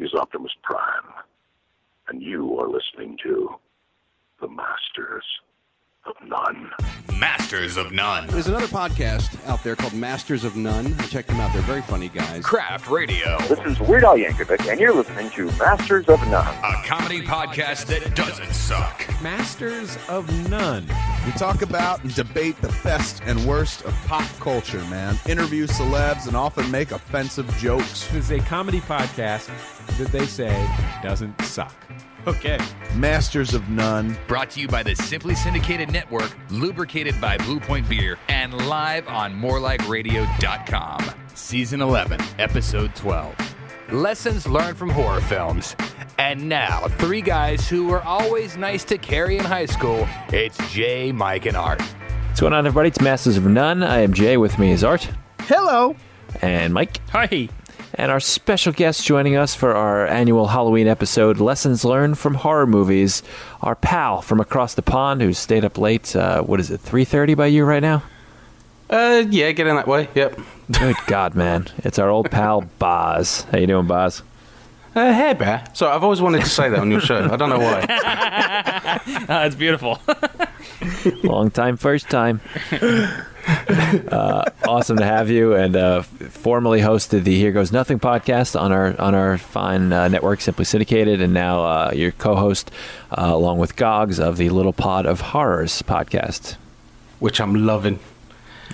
is Optimus Prime, and you are listening to The Masters of None. Masters of None. There's another podcast out there called Masters of None. Check them out. They're very funny guys. Craft Radio, This is Weird Al Yankovic, and you're listening to Masters of None. a comedy podcast that doesn't suck. Masters of None. We talk about and debate the best and worst of pop culture, man. Interview celebs and often make offensive jokes. This is a comedy podcast that they say doesn't suck. Okay. Masters of none. Brought to you by the Simply Syndicated Network, lubricated by Blue Point Beer, and live on morelikeradio.com. Season 11, Episode 12. Lessons learned from horror films. And now, three guys who were always nice to Carrie in high school. It's Jay, Mike, and Art. What's going on, everybody? It's Masters of None. I am Jay. With me is Art Hello. and Mike. Hi. And our special guest joining us for our annual Halloween episode, Lessons Learned from Horror Movies, our pal from across the pond who stayed up late, uh, what is it, 3.30 by you right now? Uh, yeah, get in that way. Yep. Good God, man. It's our old pal, Boz. How you doing, Boz? Uh, hey, bear. So I've always wanted to say that on your show. I don't know why. That's beautiful. Long time, first time. uh, awesome to have you, and uh, f- formerly hosted the Here Goes Nothing podcast on our on our fine uh, network, Simply Syndicated, and now uh, your co-host uh, along with Gogs of the Little Pod of Horrors podcast. Which I'm loving.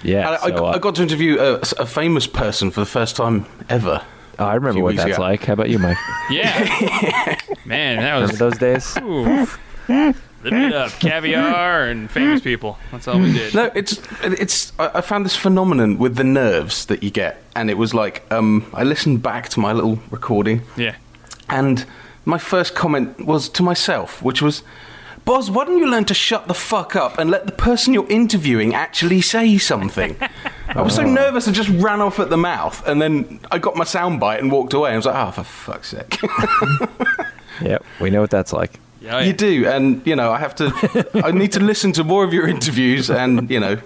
Yeah, I, I, so, uh, I got to interview a, a famous person for the first time ever. oh, I a few remember what weeks that's ago. like. How about you, Mike? Yeah. Man, that Remember was. those days? Ooh. Living it up. Caviar and famous people. That's all we did. No, it's it's. I I found this phenomenon with the nerves that you get, and it was like um, I listened back to my little recording, Yeah. and my first comment was to myself, which was, "Boz, why don't you learn to shut the fuck up and let the person you're interviewing actually say something?" I Oh. was so nervous I just ran off at the mouth, and then I got my soundbite and walked away. I was like, "Oh, for fuck's sake!" Yep, we know what that's like. Yeah, you do, and you know, I have to. I need to listen to more of your interviews, and you know.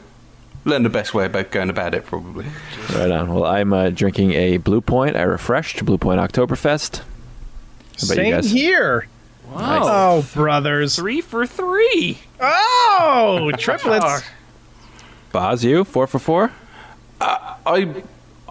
Learn the best way about going about it, probably. Right on. Well, I'm uh, drinking a Blue Point. I refreshed Blue Point Oktoberfest. How about you Same guys? here. Wow. Oh, brothers. Three for three. Oh, triplets. Boz, you four for four. I,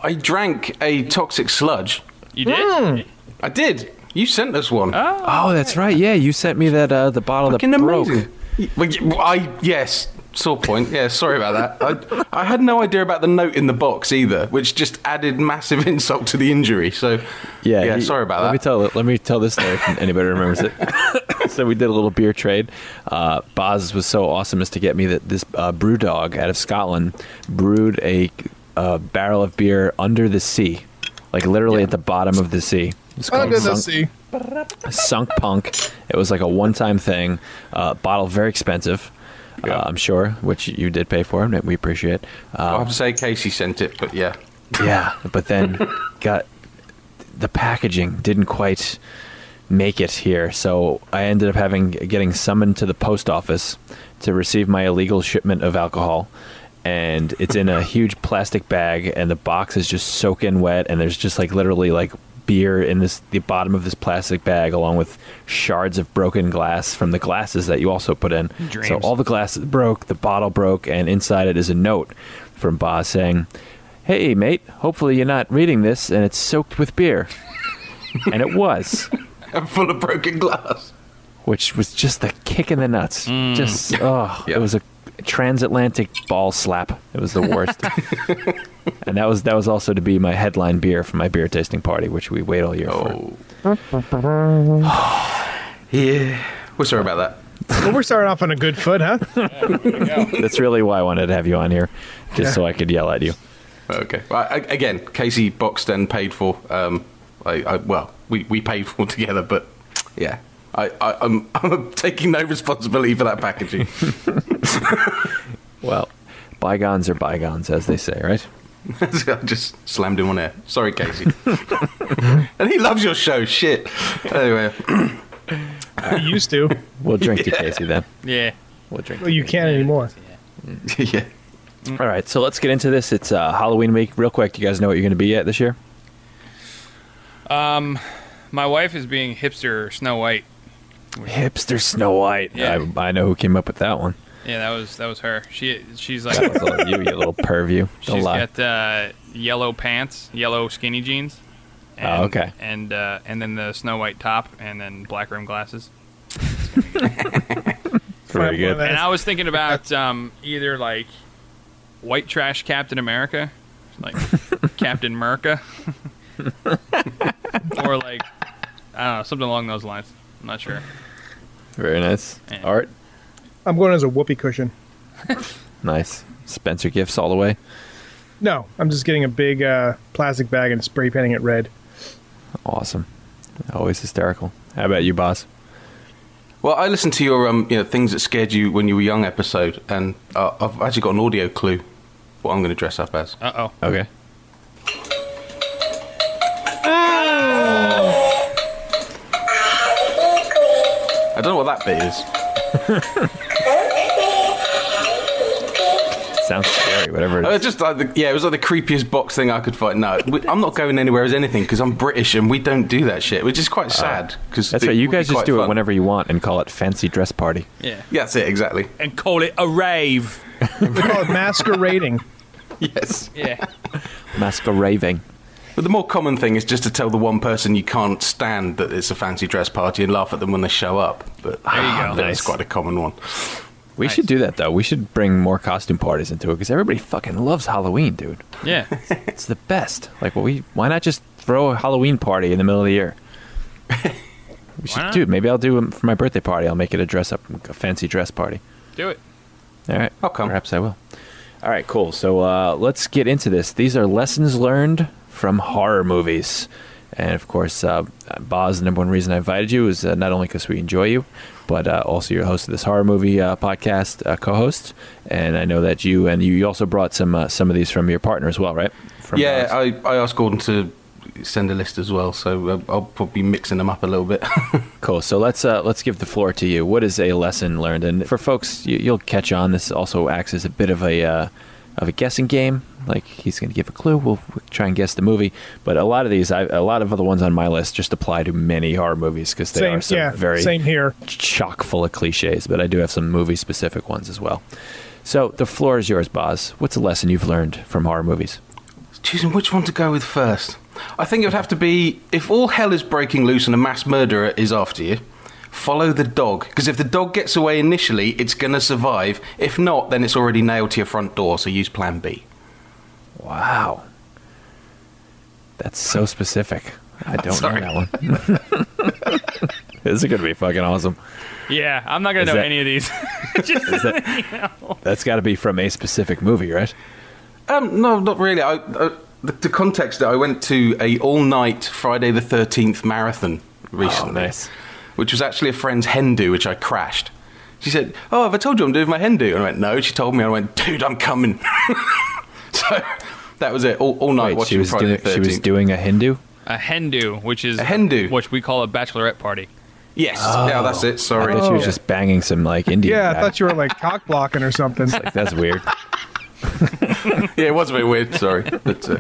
I drank a toxic sludge. You did? I did. You sent us one. Oh, that's right. Yeah, you sent me that uh, the bottle Fucking that broke. amazing. Y- well, y- well, I yes, sore point. Yeah, sorry about that. I, I had no idea about the note in the box either, which just added massive insult to the injury. So Yeah, he- sorry about let that. Me tell, let me tell this story if anybody remembers it. so we did a little beer trade. Uh, Boz was so awesome as to get me that this uh, brew dog out of Scotland brewed a, uh barrel of beer under the sea, like literally at the bottom of the sea. It's called Under the Sunk- sea. Sunk Punk. It was like a one time thing. Uh, bottle very expensive, uh, I'm sure, which you did pay for, and we appreciate. Uh, I have to say Casey sent it, but yeah, Yeah, but then got the packaging didn't quite make it here, so I ended up having getting summoned to the post office to receive my illegal shipment of alcohol. And it's in a huge plastic bag, and the box is just soaking wet, and there's just like literally like beer in this the bottom of this plastic bag, along with shards of broken glass from the glasses that you also put in. So all the glasses broke, the bottle broke, and inside it is a note from Boss saying, Hey, mate, hopefully you're not reading this and it's soaked with beer. and it was, I'm full of broken glass. Mm. which was just the kick in the nuts. Just, oh, Yeah. it was a transatlantic ball slap. It was the worst. and that was that was also to be my headline beer for my beer tasting party, which we wait all year Oh. for. Yeah, we're sorry about that. Well, we're starting off on a good foot, huh? That's really why I wanted to have you on here, just so I could yell at you. Okay. Well, I, again, Casey boxed and paid for. Um, I, I, well, we, we paid for together, but yeah, I, I, I'm, I'm taking no responsibility for that packaging. Well, bygones are bygones, as they say, right? So I just slammed him on air. Sorry, Casey. and he loves your show. Shit. Anyway, You used to. We'll drink to Casey then. Yeah. We'll drink. Well, you can't anymore. yeah. All right, so let's get into this. It's uh, Halloween week. Real quick, do you guys know what you're going to be at this year? My wife is being hipster Snow White. Hipster Snow White. Yeah. I, I know who came up with that one. Yeah, that was that was her. She she's like That was all you, you little perview. Don't She's lie. got uh, yellow pants, yellow skinny jeans. And, Oh, okay. And uh, and then the snow white top, and then black rim glasses. Very good. And I was thinking about um, either like white trash Captain America, like Captain Merca, or like I don't know something along those lines. I'm not sure. Very nice. Art. I'm going as a whoopee cushion. Nice. Spencer gifts all the way. No, I'm just getting a big uh, plastic bag and spray painting it red. Awesome. Always hysterical. How about you, boss? Well, I listened to your um, you know, things that scared you when you were young episode, and uh, I've actually got an audio clue what I'm going to dress up as. Uh oh. Okay. I don't know what that bit is. Sounds scary, whatever it Uh, is. just like the, yeah, it was like the creepiest box thing I could find. No, we, I'm not going anywhere as anything because I'm British and we don't do that shit, which is quite sad. Because That's right. You guys just do it whenever you want and call it fancy dress party. Yeah. That's it, exactly. And call it a rave. We call it masquerading. Yes. Yeah. Masquerading. But the more common thing is just to tell the one person you can't stand that it's a fancy dress party and laugh at them when they show up. But there you go. That's Ah, Nice. quite a common one. We should do that though. We should bring more costume parties into it because everybody fucking loves Halloween, dude. Yeah. It's the best. Like, well, we why not just throw a Halloween party in the middle of the year? we should, not? dude. Maybe I'll do 'em for my birthday party. I'll make it a dress up, a fancy dress party. Do it. All right. I'll Oh, come. Perhaps I will. All right, cool. So uh, let's get into this. These are lessons learned from horror movies. And of course, uh, Boz, the number one reason I invited you is uh, not only because we enjoy you, but uh, also you're host of this horror movie uh, podcast uh, co host. And I know that you and you also brought some uh, some of these from your partner as well, right? From uh, yeah, Boz. I, I asked Gordon to send a list as well, so uh, I'll probably be mixing them up a little bit. Cool. So let's uh, let's give the floor to you. What is a lesson learned? And for folks, you, you'll catch on. This also acts as a bit of a uh, of a guessing game. Like he's going to give a clue. We'll, we'll try and guess the movie. But a lot of these, I, a lot of other ones on my list, just apply to many horror movies because they Same, are so yeah, very same here. chock full of cliches. But I do have some movie specific ones as well. So the floor is yours, Boz. What's a lesson you've learned from horror movies? Choosing which one to go with first. I think it would have to be if all hell is breaking loose and a mass murderer is after you, follow the dog. Because if the dog gets away initially, it's going to survive. If not, then it's already nailed to your front door, so use plan B. Wow, that's so specific. I don't know sorry. that one. this is gonna be fucking awesome. Yeah. I'm not gonna Is know that- any of these. Just- That's got to be from a specific movie, right? Um, no, not really. I, uh, the, the context that I went to a all-night Friday the Thirteenth marathon recently, Oh, nice. which was actually a friend's hen do, which I crashed. She said, "Oh, have I told you I'm doing my hen do?" And I went, "No." She told me. and I went, "Dude, I'm coming." so that was it. All, all night Wait, watching she was Friday doing the she Thirteenth. was doing a Hindu. a Hindu, which is A hen do. which we call a bachelorette party. yes, yeah, that's it. Oh. I Sorry. bet she was just banging some like Indian. Yeah, I guy. thought you were like cock blocking or something. Like, that's weird. yeah, it was a bit weird. Sorry, but. Uh,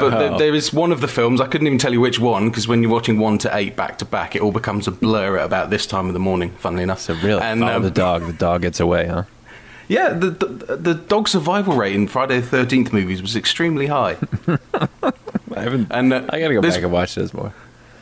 Oh. but there- there is one of the films I couldn't even tell you which one because when you're watching one to eight back to back, it all becomes a blur at about this time of the morning. Funnily enough, So really, And, follow um, the dog. The dog gets away, huh? Yeah, the, the the dog survival rate in Friday the Thirteenth movies was extremely high. I haven't. And, uh, I gotta go this- back and watch this more.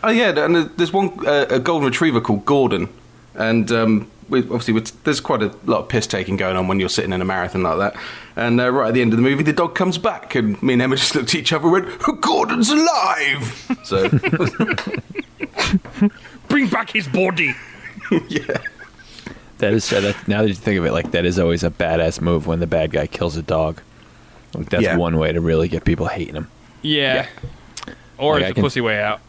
oh yeah, and uh, there's one uh, a golden retriever called Gordon, and um, we, obviously we there's quite a lot of piss taking going on when you're sitting in a marathon like that. And uh, right at the end of the movie, the dog comes back, and me and Emma just looked at each other and went, "Gordon's alive!" So Bring back his body. That is uh, that. Now that you think of it, like that is always a badass move when the bad guy kills a dog. Like that's Yeah. one way to really get people hating him. Yeah. Or Like, it's I a can- pussy way out.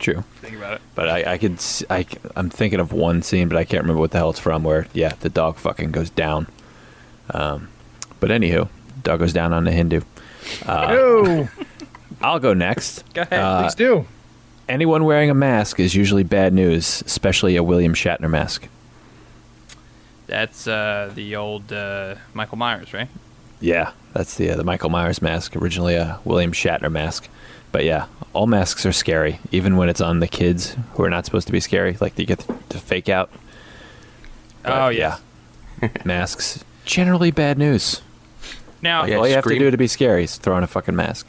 True. Think about it. But I, I could, s- I, am thinking of one scene, but I can't remember what the hell it's from. Where yeah, the dog fucking goes down. Um, but anywho, dog goes down on the Hindu. Oh, I'll go next. Go ahead. Uh, please do. Anyone wearing a mask is usually bad news, especially a William Shatner mask. That's uh, the old uh, Michael Myers, right? Yeah, that's the uh, the Michael Myers mask. Originally a William Shatner mask. But yeah, all masks are scary, even when it's on the kids who are not supposed to be scary. Like they get to fake out. oh yeah, masks generally bad news. Now, Like, Oh, all you have to do to be scary is throw on a fucking mask.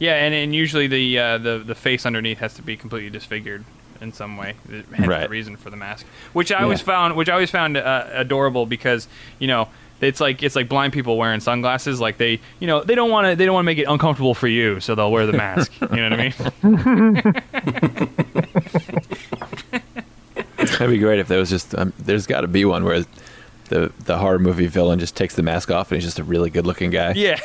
Yeah, and, and usually the uh, the the face underneath has to be completely disfigured in some way. Hence the Right. reason for the mask, which I always Yeah. found which I always found uh, adorable because you know it's like it's like blind people wearing sunglasses. Like they you know they don't want to they don't want to make it uncomfortable for you, so they'll wear the mask. you know what I mean? That'd be great if there was just. Um, there's got to be one where the the horror movie villain just takes the mask off and he's just a really good looking guy. Yeah.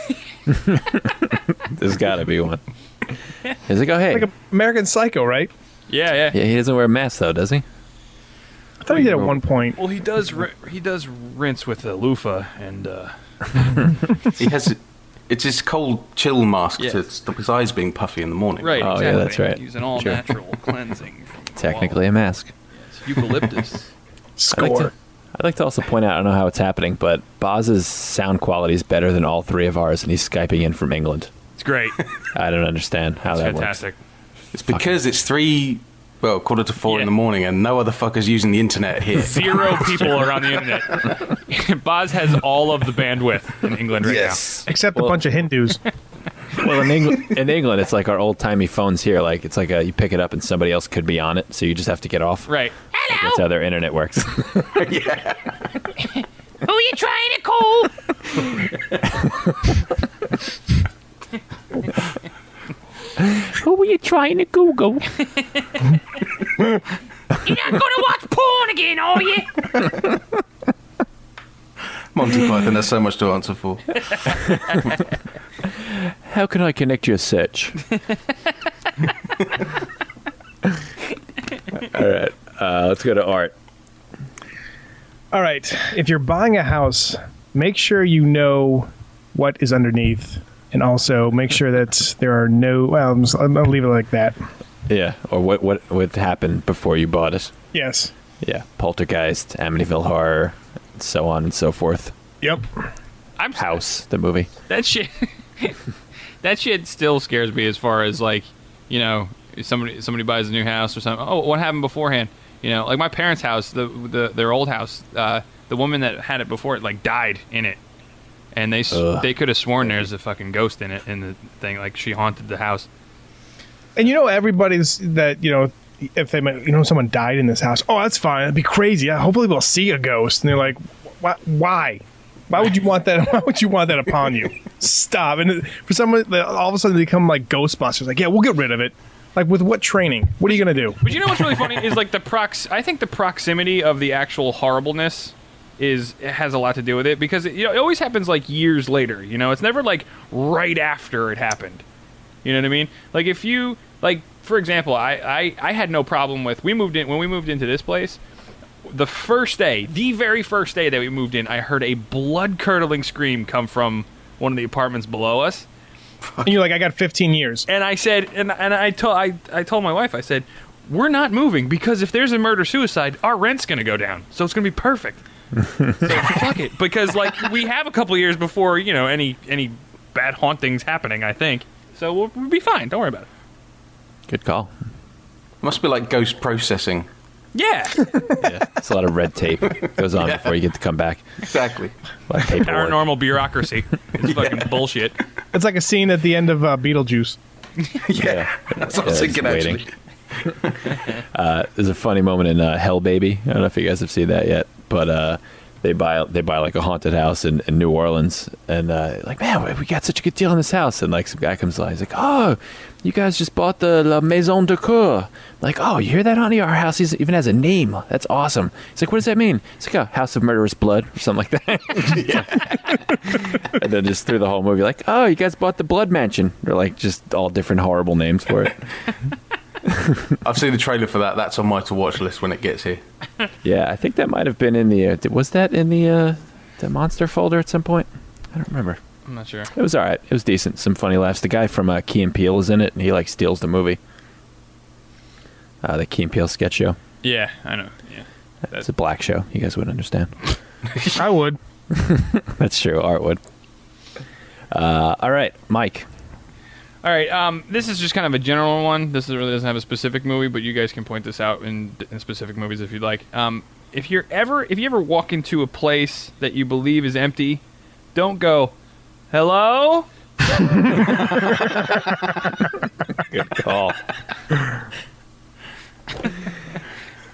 There's got to be one. He's like, oh hey, Like American Psycho, right? Yeah, yeah. yeah. He doesn't wear a mask though, does he? I thought he did at one point. Well, he does ri- he does rinse with a loofah and uh, He has it's his cold chill mask Yeah. to stop his eyes being puffy in the morning. right. Oh, yeah, exactly. that's right. Use an all Sure. natural cleansing. from Technically a mask. eucalyptus. I'd like, to, Score. I'd like to also point out, I don't know how it's happening, but Boz's sound quality is better than all three of ours, and he's Skyping in from England. It's great. I don't understand how It's that fantastic. It's because it's three well, quarter to four Yeah. in the morning and no other fuckers using the internet here. zero people are on the internet. Boz has all of the bandwidth in England right Except a bunch of Hindus. works. Well, in, Engl- in England, it's like our old timey phones here. Like it's like a, you pick it up and somebody else could be on it, so you just have to get off. now. Right. Like, that's how their internet works. Who are you trying to call? Who were you trying to Google? You're not gonna watch porn again, are you? Monty Python has so much to answer for. How can I connect your search? all right, uh, let's go to art. All right. If you're buying a house, make sure you know what is underneath, and also make sure that there are no. Well, I'm, I'm gonna leave it like that. Yeah, or what what what happened before you bought it? Yes. Yeah, Poltergeist, Amityville Horror, and so on and so forth. Yep. I'm s- House, the movie. that shit. that shit still scares me as far as like, you know, if somebody somebody buys a new house or something. Oh, what happened beforehand? You know, like my parents' house, the the their old house, uh, the woman that had it before it like died in it, and they s Ugh. they could have sworn there's a fucking ghost in it in the thing. Like she haunted the house. And you know everybody's that you know if they met, you know someone died in this house. Oh, that's fine. That'd be crazy. Yeah, Hopefully we'll see a ghost. And they're like, why? Why? Why would you want that? Why would you want that upon you? Stop. And it- for someone, they- all of a sudden they become like Ghostbusters. Like, yeah, we'll get rid of it. Like, with what training? What are you gonna do? But you know what's really funny is like the prox. I think the proximity of the actual horribleness is it has a lot to do with it because it, you know it always happens like years later. You know, it's never like right after it happened. You know what I mean? Like if you like, for example, I I, I had no problem with we moved in when we moved into this place. The first day, the very first day that we moved in, I heard a blood curdling scream come from one of the apartments below us And you're like, I got 15 years. and I said, and and I told I, I told my wife, I said, we're not moving because if there's a murder suicide, our rent's gonna go down, so it's gonna be perfect. so fuck it, because like we have a couple years before you know any any bad hauntings happening. I think so. We'll, we'll be fine. Don't worry about it. Good call. Must be like ghost processing. Yeah, Yeah, it's a lot of red tape goes on before you get to come back. Exactly. A lot of paperwork. paranormal bureaucracy. It's fucking bullshit. It's like a scene at the end of uh, Beetlejuice. Yeah. That's Yeah, what I just was thinking waiting. actually. There's a funny moment in uh, Hell Baby. I don't know if you guys have seen that yet, but uh, they buy they buy like a haunted house in, in New Orleans, and uh, like man, we- we got such a good deal on this house, and like some guy comes along, he's like, oh, you guys just bought the La Maison de Coeur. Like, oh, you hear that, honey? Our house is, even has a name. That's awesome. He's like, what does that mean? It's like a house of murderous blood or something like that. and then just through the whole movie, like, oh, you guys bought the Blood Mansion. Or like just all different horrible names for it. I've seen the trailer for that. That's on my to watch list when it gets here. Yeah, I think that might have been in the. Uh, was that in the uh, the monster folder at some point? I don't remember. I'm not sure. It was all right. It was decent. Some funny laughs. The guy from uh, Key and Peele is in it, and he like steals the movie. Uh, the Key and Peele sketch show. Yeah, I know. Yeah, It's a black show. You guys wouldn't understand. I would. That's true. Art would. Uh, all right, Mike. All right. Um, this is just kind of a general one. This is- really doesn't have a specific movie, but you guys can point this out in, in specific movies if you'd like. Um, if you're ever, if you ever walk into a place that you believe is empty, don't go, "Hello." Good call.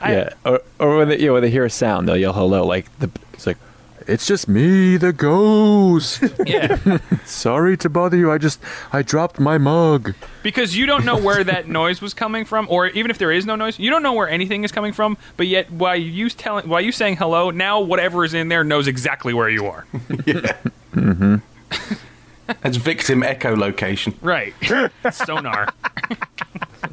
yeah, or, or when they, yeah, when they hear a sound, they'll yell hello. Like the, it's like, it's just me, the ghost. Yeah. Sorry to bother you. I just I dropped my mug. because you don't know where that noise was coming from, or even if there is no noise, you don't know where anything is coming from. But yet, while you telling, while you saying hello, now whatever is in there knows exactly where you are. Mm-hmm. That's victim echolocation. Right. sonar.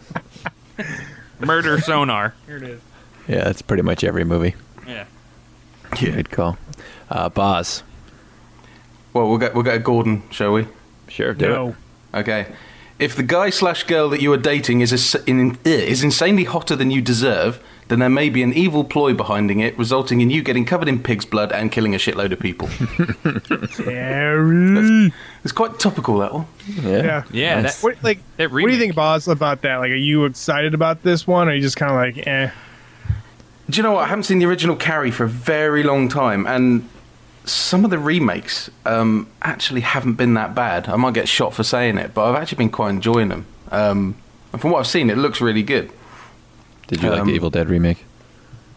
Murder sonar. Here it is. Yeah, that's pretty much every movie. Yeah. Good call. Uh, Boz. Well, we'll get we'll get a Gordon, shall we? Sure, do No. it. Okay. If the guy slash girl that you are dating is ins- in, eh, is insanely hotter than you deserve, then there may be an evil ploy behind it, resulting in you getting covered in pig's blood and killing a shitload of people. Terry. It's quite topical that one. Yeah. what, like, what do you think, Boz, about that? Like, are you excited about this one, or are you just kind of like, eh? Do you know what? I haven't seen the original Carrie for a very long time, and some of the remakes um, actually haven't been that bad. I might get shot for saying it, but I've actually been quite enjoying them. Um, and from what I've seen, it looks really good. Did you like Um, the Evil Dead remake?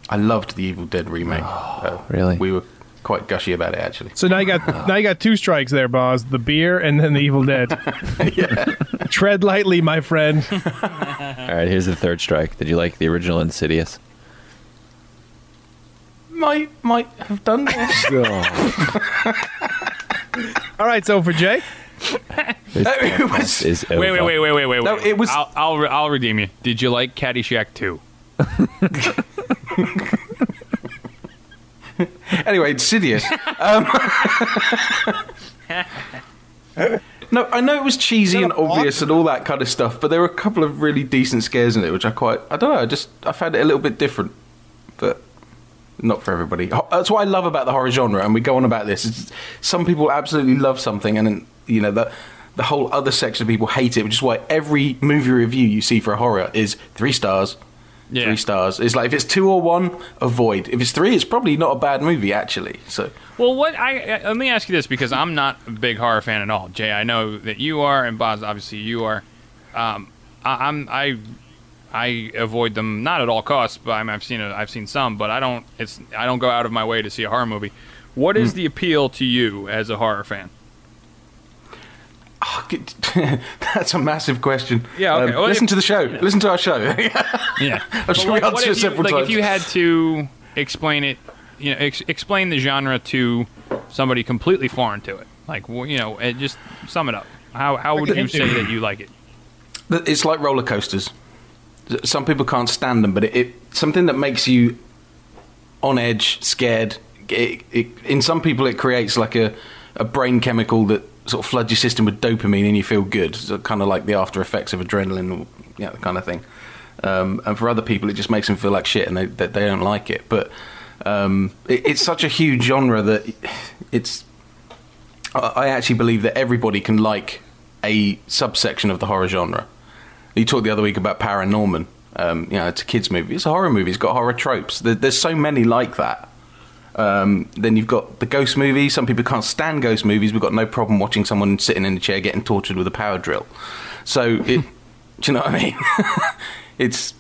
I loved the Evil Dead remake. Uh, really? We were quite gushy about it, actually. So now you got now you got two strikes there, Boz. The beer and then the Evil Dead. Tread lightly, my friend. All right, here's the third strike. Did you like the original Insidious? Might might have done this. All right, so for Jake, it was, is Wait, wait, over. wait, wait, wait, wait. No, wait. it was- I'll, I'll, re- I'll redeem you. Did you like Caddyshack 2? anyway, Insidious. Um, no, I know it was cheesy and obvious and all that kind of stuff, but there were a couple of really decent scares in it, which I quite. I don't know. I just I found it a little bit different, but not for everybody. Ho- That's what I love about the horror genre, and we go on about this. It's, some people absolutely love something, and then you know the the whole other section of people hate it, which is why every movie review you see for a horror is three stars. Three stars. It's like if it's two or one, avoid. If it's three, it's probably not a bad movie actually. So Well, what I I- let me ask you this because I'm not a big horror fan at all, Jay. I know that you are, and Boz, obviously you are. Um, I, I'm I I avoid them not at all costs, but I'm, I've seen a, I've seen some, but I don't it's I don't go out of my way to see a horror movie. What Hmm. is the appeal to you as a horror fan? that's a massive question. Um, Yeah, okay. Well, listen if- to the show. Listen to our show. Yeah, I'm sure we answered if you, several like times. if you had to explain it, you know, ex- explain the genre to somebody completely foreign to it, like wh- you know, and just sum it up. How how would you say that you like it? But It's like roller coasters. Some people can't stand them, but it, it something that makes you on edge, scared. It, it, in some people, it creates like a, a brain chemical that sort of floods your system with dopamine, and you feel good. So kind of like the after effects of adrenaline, or, you know, that kind of thing. Um, and for other people, it just makes them feel like shit, and they they, they don't like it. But um, it, it's such a huge genre that it's I I actually believe that everybody can like a subsection of the horror genre. You talked the other week about Paranorman. Um, you know, it's a kids' movie. It's a horror movie. It's got horror tropes. There, there's so many like that. Um, then you've got the ghost movie. Some people can't stand ghost movies. We've got no problem watching someone sitting in a chair getting tortured with a power drill. So, it, do you know what I mean? it's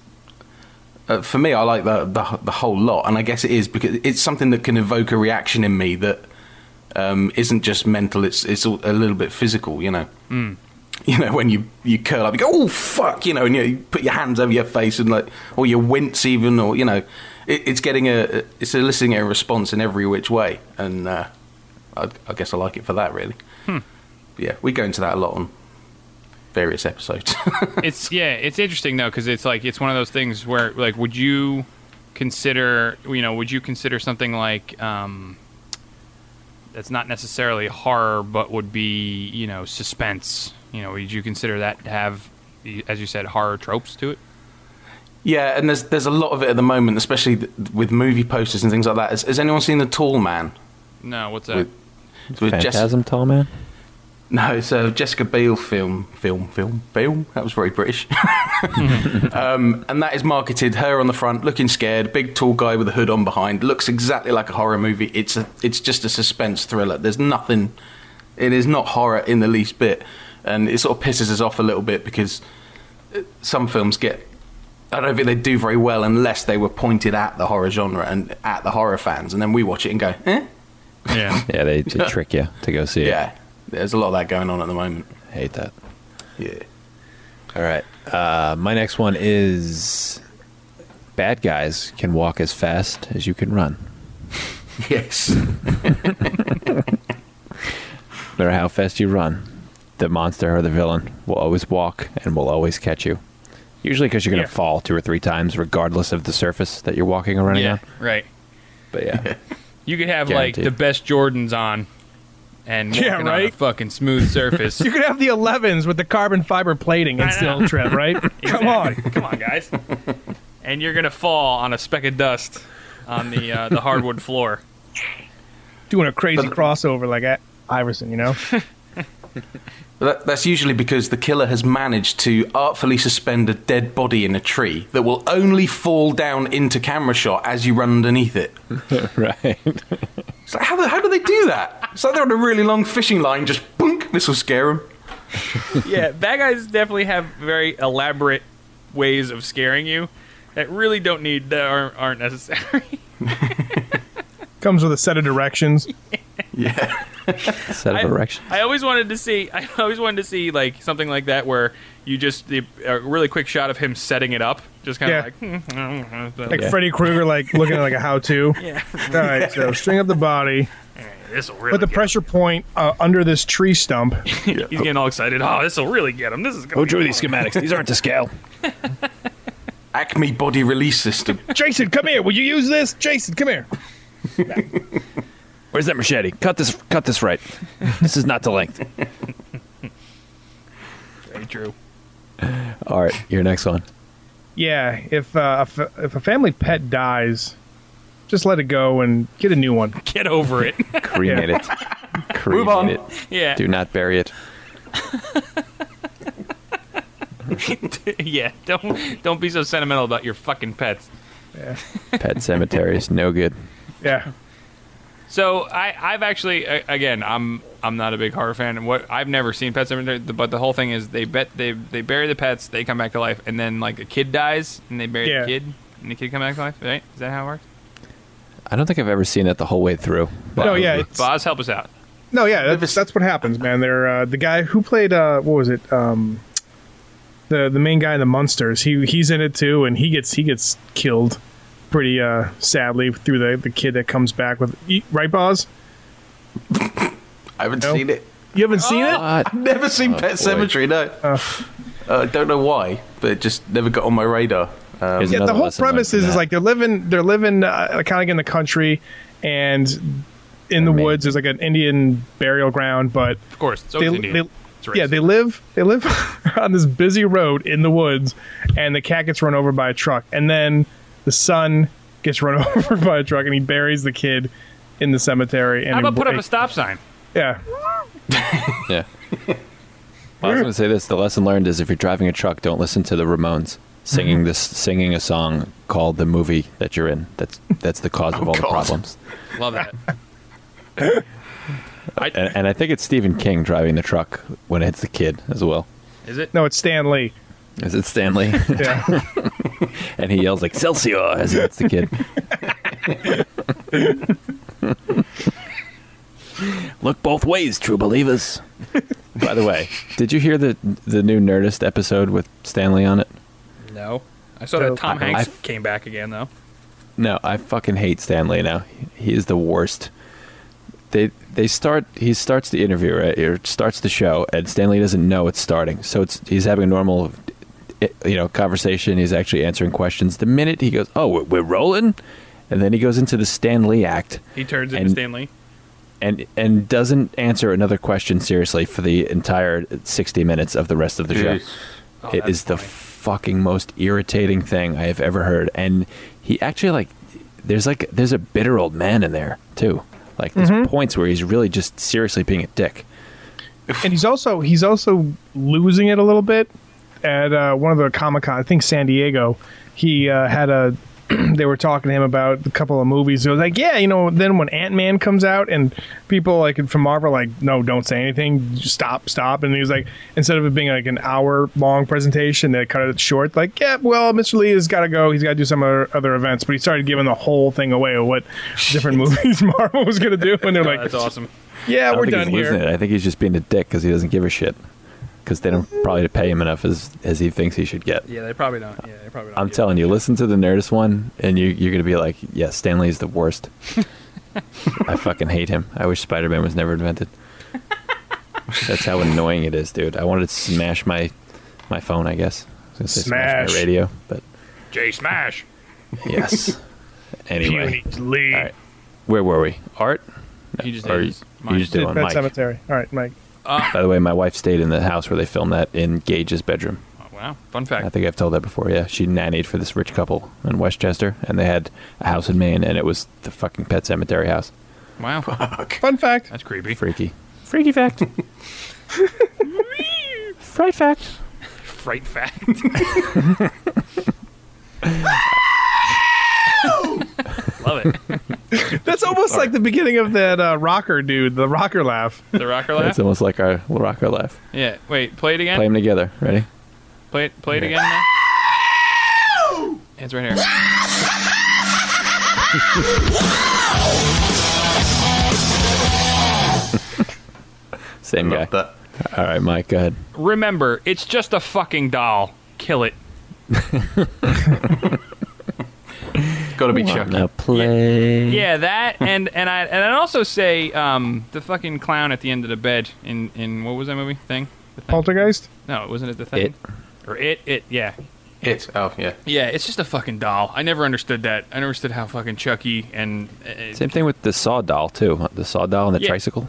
uh, for me. I like the, the the whole lot, and I guess it is because it's something that can evoke a reaction in me that um, isn't just mental. It's it's a a little bit physical, you know. You know when you you curl up, you go, oh fuck, you know, and you, you put your hands over your face and like, or you wince even, or you know, it, it's getting a it's eliciting a response in every which way, and uh, I, I guess I like it for that really. Hmm. Yeah, we go into that a lot on various episodes. it's yeah, it's interesting though because it's like it's one of those things where like would you consider you know would you consider something like um that's not necessarily horror but would be you know suspense you know would you consider that to have as you said horror tropes to it Yeah, and there's there's a lot of it at the moment, especially th- with movie posters and things like that. Has, has anyone seen the Tall Man? no what's that With- with Jess- Phantasm, tall man. No, so Jessica Biel film, film, film, film. That was very British. um, and that is marketed her on the front, looking scared, big tall guy with a hood on behind. Looks exactly like a horror movie. It's a, it's just a suspense thriller. There's nothing. It is not horror in the least bit, and it sort of pisses us off a little bit because uh, some films get. I don't think they do very well unless they were pointed at the horror genre and at the horror fans, and then we watch it and go, eh? Yeah. Yeah, they, they trick you to go see it. Yeah, there's a lot of that going on at the moment. Hate that. Yeah. All right. Uh, my next one is bad guys can walk as fast as you can run. Yes. No matter how fast you run, the monster or the villain will always walk and will always catch you. Usually because you're going to Yeah. fall two or three times, regardless of the surface that you're walking or running yeah, on. right. But yeah, You could have like Guaranteed. the best Jordans on, and Yeah, walking on a right? fucking smooth surface. You could have the 11s with the carbon fiber plating and I still know. trip, right? Come on. Come on, guys. And you're gonna fall on a speck of dust on the uh, the hardwood floor. Doing a crazy crossover like I- Iverson, you know? That, that's usually because the killer has managed to artfully suspend a dead body in a tree that will only fall down into camera shot as you run underneath it. right. It's like, how, the- how do they do that? It's like they're on a really long fishing line, just boink, this will scare them. yeah, bad guys definitely have very elaborate ways of scaring you that really don't need that aren't, aren't necessary. Comes with a set of directions. Yeah. Set of I- erection. I always wanted to see. I always wanted to see like something like that where you just the a really quick shot of him setting it up, just "Hmm, kind Yeah. of like, Like Freddy Krueger, like looking at like a how-to. Yeah. All right, so string up the body. this will really. Put the get pressure point uh, under this tree stump. him." He's getting all excited. Oh, this will really get him. This is gonna. Who be drew Oh, fun." these schematics? These aren't to scale. Acme body release system. Jason, come here. Will you use this? Jason, come here. Where's that machete? Cut this. Cut this right. This is not to length. Very true. All right, your next one. Yeah, if uh, if, if a family pet dies, just let it go and get a new one. Get over it. Cremate it. Cremate Move on. it. yeah. Do not bury it. yeah. Don't don't be so sentimental about your fucking pets. Pet cemeteries, no good. Yeah. So I, I've actually a- again I'm I'm not a big horror fan and what I've never seen Pet Cemetery but the whole thing is they bet they they bury the pets they come back to life and then like a kid dies and they bury Yeah. the kid and the kid comes back to life right is that how it works? I don't think I've ever seen it the whole way through. No, yeah, it's, Boz help us out no, yeah. That's, that's what happens, man. They're uh, the guy who played uh, what was it? Um, the the main guy in the Munsters. He he's in it too, and he gets he gets killed pretty uh, sadly through the the kid that comes back with e- right, Boz. I haven't No. seen it. You haven't seen it? What? I've never seen Pet Cemetery, no. Uh, I don't know why, but it just never got on my radar. Um, Here's yeah, the another whole lesson learned premise from is, is that. like they're living they're living uh, kind of like in the country and in the Maine. woods there's like an indian burial ground but of course it's they, always Indian. they- It's racist. yeah they live they live on this busy road in the woods and the cat gets run over by a truck and then the son gets run over by a truck and he buries the kid in the cemetery and how about put up it- a stop sign yeah Yeah. Well, I was going to say this. The lesson learned is if you're driving a truck, don't listen to the Ramones singing Mm-hmm. this, singing a song called "The Movie That You're In." That's that's the cause Oh, of all the God. problems. love that And, and I think it's Stephen King driving the truck when it hits the kid as well. is it no it's stan lee Is it Stanley? yeah and he yells "Excelsior!" as he hits the kid. Look both ways, true believers. By the way, did you hear the the new Nerdist episode with Stanley on it? no I saw No. that Tom I- Hanks I've- came back again though No, I fucking hate Stanley now. He is the worst. They they start he starts the interview right or starts the show and Stanley doesn't know it's starting. So it's he's having a normal eh, you know conversation. He's actually answering questions. The minute he goes, "Oh, we're, we're rolling," and then he goes into the Stanley act he turns into And- Stanley and and doesn't answer another question seriously for the entire 60 minutes of the rest of the show. it Oh, that's is the funny. fucking most irritating thing I have ever heard and he actually like there's like there's a bitter old man in there too. Like there's points where he's really just seriously being a dick. and he's also he's also losing it a little bit at uh, one of the Comic Con, I think San Diego. He uh, had a they were talking to him about a couple of movies. He was like, yeah, you know. Then when Ant Man comes out and people like from Marvel are like, no, don't say anything, Just stop, stop. And he was like, instead of it being like an hour long presentation, they cut it short. Like, yeah, well, Mr. Lee has got to go. He's got to do some other, other events. But he started giving the whole thing away of what different movies Marvel was going to do. And they're like, that's awesome. Yeah, I don't we're think done he's losing here. It. I think he's just being a dick because he doesn't give a shit. Because they don't probably pay him enough as as he thinks he should get. Yeah, they probably don't. Yeah, they probably don't. I'm give- telling you, listen to the Nerdist one, and you you're gonna be like, yeah, Stanley is the worst. I fucking hate him. I wish Spider-Man was never invented. That's how annoying it is, dude. I wanted to smash my my phone. I guess. I was gonna say smash my Smash. radio, but Jay Smash. yes. anyway, Puny Lee. All right. where were we? Art. He just Or did you his- you just did one. Pet Mike. Cemetery. All right, Mike. By the way, my wife stayed in the house where they filmed that in Gage's bedroom. Wow, fun I fact. think I've told that before. Yeah, she nannied for this rich couple in Westchester, and they had a house in Maine, and it was the fucking pet cemetery house. Wow, Fun fact. that's creepy. Freaky. Freaky fact. Fright fact. Fright fact. Love it. That's almost like the beginning of that uh, rocker dude, the rocker laugh. The rocker laugh. That's almost like our little rocker laugh. yeah. Wait. Play it again. Play Play, them together. Ready? it. Play it again. Now. It's right here. Same guy. All right, Mike, go ahead. Remember, it's just a fucking doll. Kill it. Got to be Chucky. Now play. Yeah, that and and I and I'd also say um, the fucking clown at the end of the bed in in what was that movie thing? Poltergeist? No, it wasn't it the thing. It. Or it it yeah It. Oh yeah. yeah. It's just a fucking doll. I never understood that. I never understood how fucking Chucky and uh, Same thing with the saw doll too. The saw doll and the Yeah. tricycle.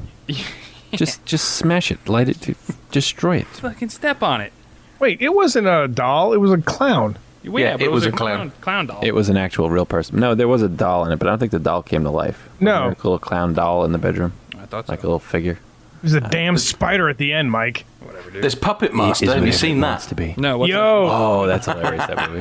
Just, just smash it, light it, destroy it. fucking step on it. Wait, it wasn't a doll. It was a clown. Well, Yeah, but it was a clown. clown, doll. It was an actual real person. No, there was a doll in it, but I don't think the doll came to life. No. Like a little clown doll in the bedroom, I thought so. like a little figure. It was a Uh, damn spider at the end, Mike. Whatever, dude. There's Puppet Master. Have you seen Wants that? to be. no, what's up? Yo, Oh, that's hilarious. That movie.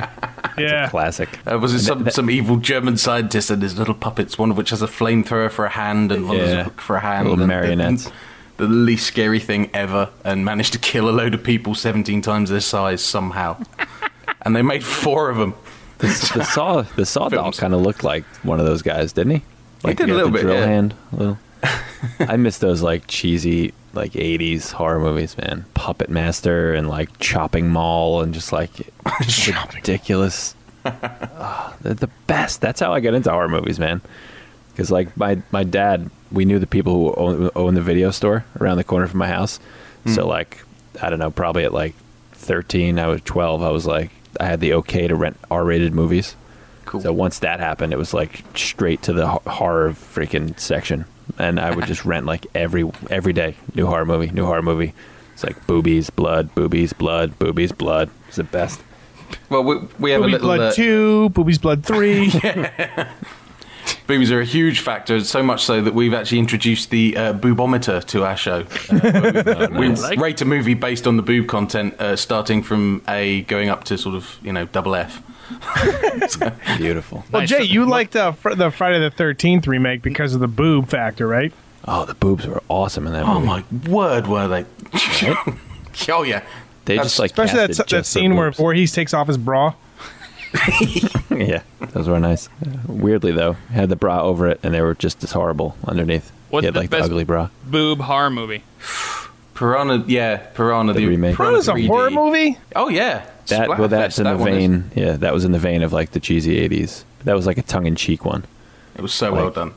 yeah. Classic. Uh, was it some, some evil German scientist and his little puppets, one of which has a flamethrower for a hand and one Yeah. has a hook for a hand? Little and the- marionettes. The, least scary thing ever, and managed to kill a load of people 17 times their size somehow. and they made four of them. The saw the saw doll Films. kind of looked like one of those guys, didn't he? Like did you a got little the bit, Drill yeah. hand. a little. I miss those like cheesy like '80s horror movies, man. Puppet Master and like Chopping Mall and just like just ridiculous. Ah, they're the best. That's how I got into horror movies, man. Because like my my dad, we knew the people who own, owned the video store around the corner from my house. So like I don't know, probably at like 13, I was 12. I was like I had the okay to rent R-rated movies. Cool. So once that happened, it was like straight to the ho- horror freaking section, and I would just rent like every every day new horror movie, new horror movie. It's like boobies, blood, boobies, blood, boobies, blood. It's the best. Well, we, we have a Boobies little. Blood uh, 2, Boobies Blood 3. Boobies are a huge factor, so much so that we've actually introduced the uh, boobometer to our show. Uh, we Like- rate a movie based on the boob content, uh, starting from A, going up to sort of you know double F. Beautiful. Well, Jay, you liked uh, fr- the Friday the 13th remake because of the boob factor, right? Oh, the boobs were awesome in that Oh movie. my word, were they? oh yeah, They That's- just like Especially that, casted that just for scene where boobs. Voorhees takes off his bra. yeah, those were nice. Weirdly though, had the bra over it, and they were just as horrible underneath. What's he had the like best- the ugly bra. Boob horror movie. Piranha. Yeah, Piranha. The The, remake. That was a 3D. horror movie? Oh yeah, That well, that's Splatfest, in that the one is. vein. Yeah, that was in the vein of like the cheesy '80s. That was like a tongue-in-cheek one. It was so well Like- done.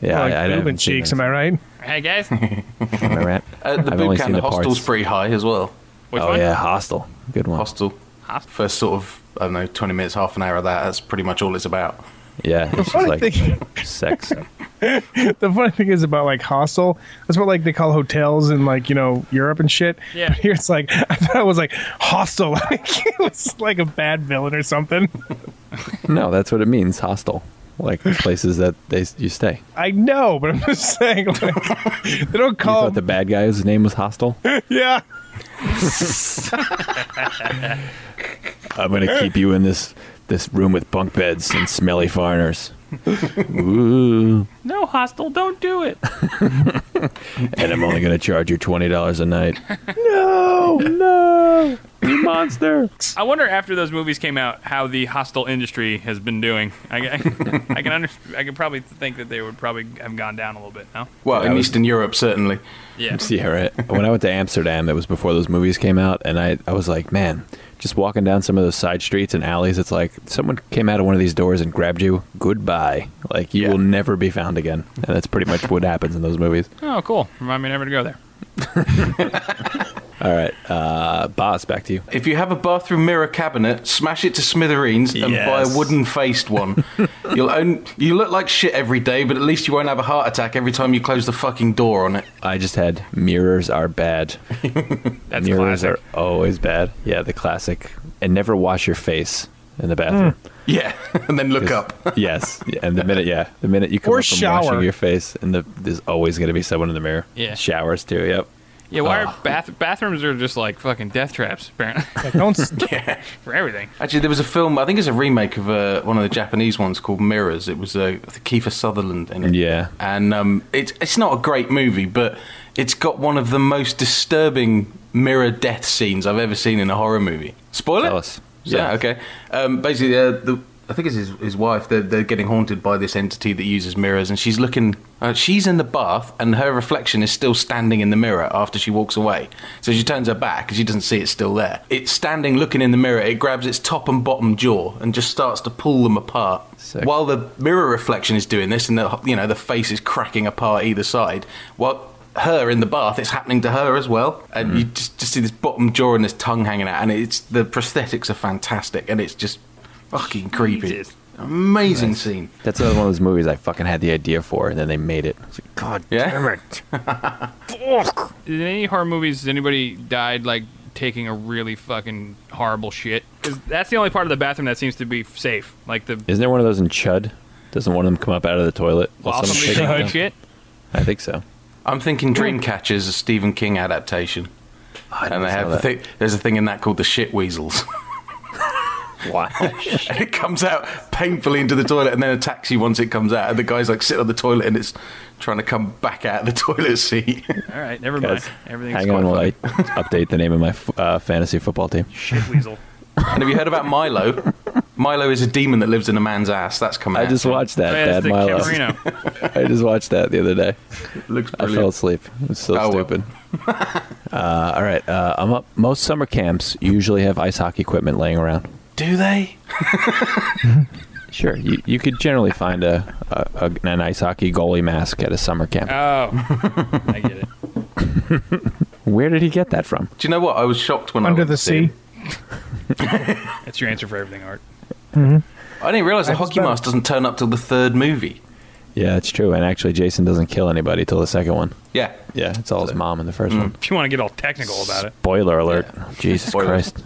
Yeah, like I, I boob haven't and seen cheeks, that. am I right? Hey guys, Am I right? Uh, the I've boob only count seen the at Hostel's parts. pretty high as well. which oh one? yeah, Hostel. Good one. Hostel. Hostel. First sort of I don't know, twenty minutes, half an hour of that. That's pretty much all it's about. Yeah, it's just funny like thing- sex. The funny thing is about like hostel. That's what like they call hotels in like you know Europe and shit. Yeah. Here it's like I thought it was like hostel. Like it was like a bad villain or something. No, that's what it means. Hostel. like the places that they s- you stay. I know, but I'm just saying. Like, they don't You call thought the bad guy's name was Hostile. him. yeah. I'm gonna keep you in this this room with bunk beds and smelly foreigners. Ooh. No, hostile, don't do it. And I'm only gonna charge you twenty dollars a night. no, no, you monster. I wonder after those movies came out how the hostile industry has been doing. I, I, I can under, I can probably think that they would probably have gone down a little bit. No, Well, Yeah, in I was- Eastern Europe, certainly. yeah, Yeah, right. When I went to Amsterdam, it was before those movies came out, and I, I was like, man, just walking down some of those side streets and alleys, it's like someone came out of one of these doors and grabbed you. Goodbye. Like, you will never be found again. And that's pretty much what happens in those movies. Oh, cool. Remind me never to go there. All right. Uh, Boss, back to you. If you have a bathroom mirror cabinet, smash it to smithereens and buy Yes. a wooden-faced one. You'll own, you look like shit every day, but at least you won't have a heart attack every time you close the fucking door on it. I just had mirrors are bad. That's mirrors classic. are always bad. Yeah, the classic. And never wash your face in the bathroom. Yeah, and then look up. yes. Yeah, and the minute, yeah, the minute you come Or up from shower. washing your face, and the, there's always going to be someone in the mirror. Yeah. Showers too. Yep. Yeah, why are bath bathrooms are just like fucking death traps apparently Like, don't. s- for everything. Actually, there was a film. I think it's a remake of uh, one of the Japanese ones called Mirrors. It was uh, Kiefer Sutherland in it. Yeah. and um, it's it's not a great movie, but it's got one of the most disturbing mirror death scenes I've ever seen in a horror movie. Spoiler? Tell us. Yeah, Yeah. okay. Um, basically, uh, the. I think it's his, his wife. They're, they're getting haunted by this entity that uses mirrors, and she's looking. Uh, she's in the bath, and her reflection is still standing in the mirror after she walks away. So she turns her back, and she doesn't see it's still there. It's standing, looking in the mirror. It grabs its top and bottom jaw and just starts to pull them apart. Sick. While oh, the mirror reflection is doing this, and the you know the face is cracking apart either side, while her in the bath, it's happening to her as well, and you just, just see this bottom jaw and this tongue hanging out, and it's the prosthetics are fantastic, and it's just fucking creepy, Jesus. amazing scene. That's another one of those movies I fucking had the idea for, and then they made it. I was like, God, Yeah, In any horror movies, has anybody died like taking a really fucking horrible shit? 'Cause that's the only part of the bathroom that seems to be safe. Like the isn't there one of those in Chud? Doesn't one of them come up out of the toilet? while while someone's somebody's taking taking it? shit. I think so. I'm thinking Dreamcatcher's a Stephen King adaptation, and they have saw the that. thing there's a thing in that called the shit weasels. Wow. and it comes out painfully into the toilet and then attacks you once it comes out and the guy's like sitting on the toilet and it's trying to come back out of the toilet seat All right, never mind. Guys, Everything's hang quite on while fine. I update the name of my f- uh, fantasy football team. Shit weasel. and have you heard about milo milo is a demon that lives in a man's ass that's come out I just watched that. Oh, yeah, Bad that's the Milo. Camerino. I just watched that the other day. looks I fell brilliant asleep. It's so Oh, well. stupid. uh, all right, uh, I'm up. Most summer camps usually have ice hockey equipment laying around. do they Sure, you, you could generally find a, a, a an ice hockey goalie mask at a summer camp. Oh, I get it. Where did he get that from? do you know what i was shocked when I Under went the to see sea. it. That's your answer for everything, Art. i didn't realize the hockey mask doesn't turn up till the third movie Yeah, it's true. And actually, Jason doesn't kill anybody till the second one. yeah Yeah, it's all his mom in the first one. If you want to get all technical about it, Spoiler alert! Jesus Spoilers. Christ,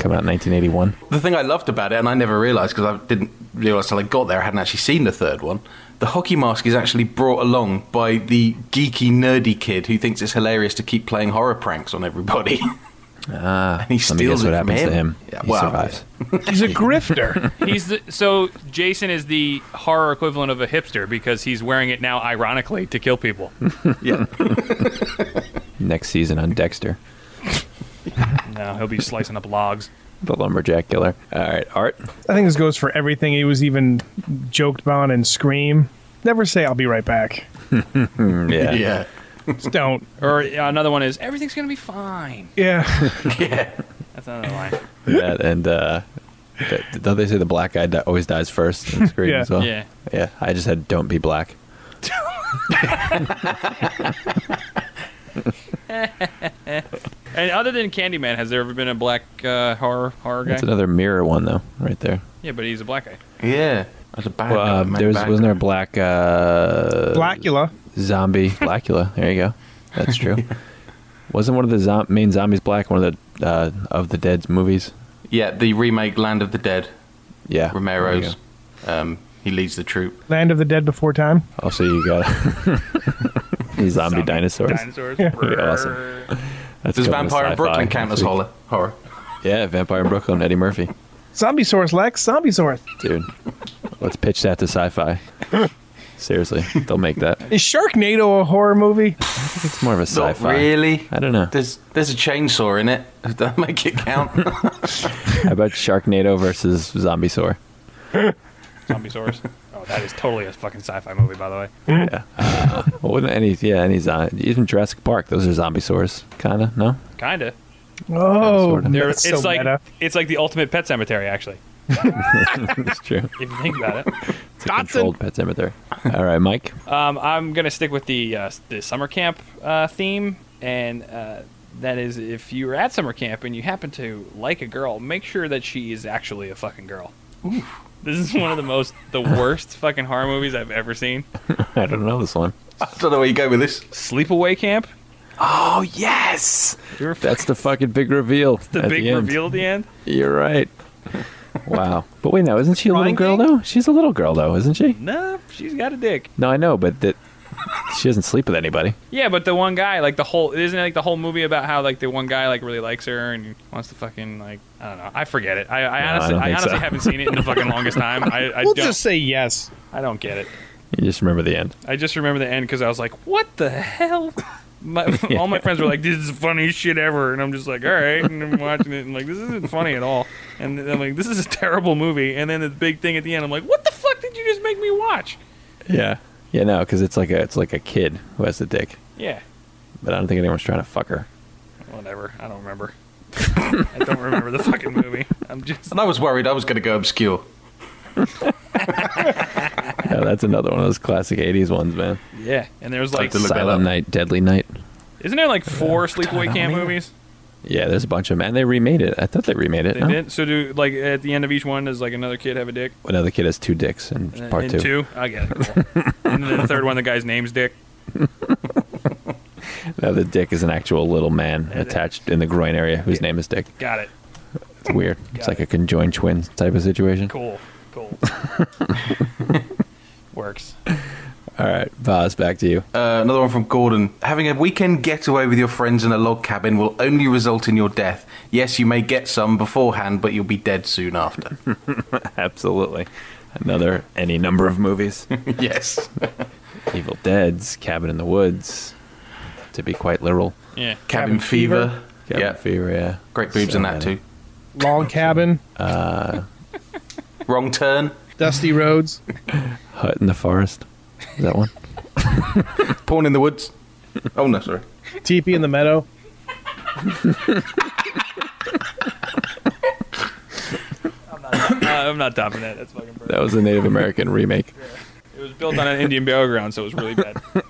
coming out in 1981. the thing i loved about it and i never realized because i didn't realize till i got there i hadn't actually seen the third one the hockey mask is actually brought along by the geeky nerdy kid who thinks it's hilarious to keep playing horror pranks on everybody Ah, he let me steals guess it what from happens to him. him. Yeah, he wow. survives. He's a grifter. he's the, so Jason is the horror equivalent of a hipster because he's wearing it now, ironically, to kill people. Yeah. Next season on Dexter, No, he'll be slicing up logs. the lumberjack killer. All right, Art. I think this goes for everything he was even joked about in Scream. Never say I'll be right back. Yeah. yeah. Just don't. Or uh, another one is everything's gonna be fine. Yeah. That's another line. that and uh, th- don't they say the black guy di- always dies first? in Scream Yeah. as well. Yeah. yeah. I just had "Don't be black." And other than Candyman, has there ever been a black uh, horror horror guy? That's another mirror one though, right there. yeah, but he's a black guy. Yeah. That's a bad Well, uh, man, there was bad wasn't there a guy. black uh, Blackula. zombie Blackula? There you go. That's true. wasn't one of the zom- main zombies black? One of the uh, of the Dead's movies. Yeah, the remake Land of the Dead, Yeah, there you Romero's. go. Um, He leads the troop. Land of the Dead Before Time. Also, you got zombie, dinosaurs. dinosaurs. That'd be awesome. That's Does going to Vampire in sci-fi Brooklyn count next as week. horror? horror? Yeah, Vampire in Brooklyn, Eddie Murphy. Zombie Source, Lex. Zombie Source. Dude, let's pitch that to sci fi. Seriously, they'll make that. Is Sharknado a horror movie? It's more of a sci Not fi. really. I don't know. There's there's a chainsaw in it. Does that make it count? How about Sharknado versus Zombie Sore? Zombiesaurus. Oh, that is totally a fucking sci-fi movie, by the way. Well, wouldn't any, yeah, any zombie, even Jurassic Park, those are zombie sores. Kinda, no? Kinda. Oh, Sorta. There, that's so it's like meta. it's like the ultimate pet cemetery, actually. That's true. If you think about it. It's a controlled pet cemetery. All right, Mike. Um, I'm gonna stick with the uh, the summer camp uh, theme, and uh, that is if you're at summer camp and you happen to like a girl, make sure that she is actually a fucking girl. This is one of the most the worst fucking horror movies I've ever seen. I don't know this one. I don't know where you go with this. Sleepaway Camp. Oh, yes! You were That's the fucking big reveal. the at big the end. reveal at the end. You're right. Wow. But wait, now, isn't she a little Crying girl, thing? though? She's a little girl, though, isn't she? No, she's got a dick. No, I know, but that she doesn't sleep with anybody. Yeah, but the one guy, like the whole, isn't it like the whole movie about how like the one guy like really likes her and wants to fucking like I don't know. I forget it. I, No, I I honestly, don't I, think honestly so. haven't seen it in the fucking longest time. I, I We'll don't. just say yes. I don't get it. You just remember the end. I just remember the end because I was like, "What the hell?" My, All my friends were like, "This is the funniest shit ever," and I'm just like, "All right," and I'm watching it and like, "This isn't funny at all," and then I'm like, "This is a terrible movie." And then the big thing at the end, I'm like, "What the fuck did you just make me watch?" Yeah. Yeah, no, because it's like a it's like a kid who has the dick, Yeah, but I don't think anyone's trying to fuck her. whatever. I don't remember. I don't remember the fucking movie. I'm just And I was worried I was going to go obscure. Yeah, that's another one of those classic '80s ones, man. yeah. And there's like, to look that up. Silent Night, Deadly Night. isn't there like four Sleepaway Camp movies? Yeah, there's a bunch of them, and they remade it. I thought they remade it. They no? did. So do like at the end of each one does like another kid have a dick? Another kid has two dicks in And part and two. I get it. Cool. and then the third one, the guy's name's Dick. Now Uh, the dick is an actual little man attached in the groin area whose name is Dick. Got it. It's weird. It's Got like it. a conjoined twin type of situation. Cool. Cool. Works. All right, Vaz, back to you. Uh, another one from Gordon. Having a weekend getaway with your friends in a log cabin will only result in your death. Yes, you may get some beforehand, but you'll be dead soon after. Absolutely. Another any number of movies. yes. Evil Dead's Cabin in the Woods, to be quite literal. Yeah. Cabin fever. Cabin yeah. Fever, yeah. Great boobs So in that many. too. Long Cabin, Wrong turn. Dusty Roads. Hut in the Forest. Is that one? Porn in the woods. Oh no, sorry. Teepee in the Meadow. Uh, I'm not topping that. That's fucking perfect. that was a Native American remake. It was built on an Indian burial ground, so it was really bad.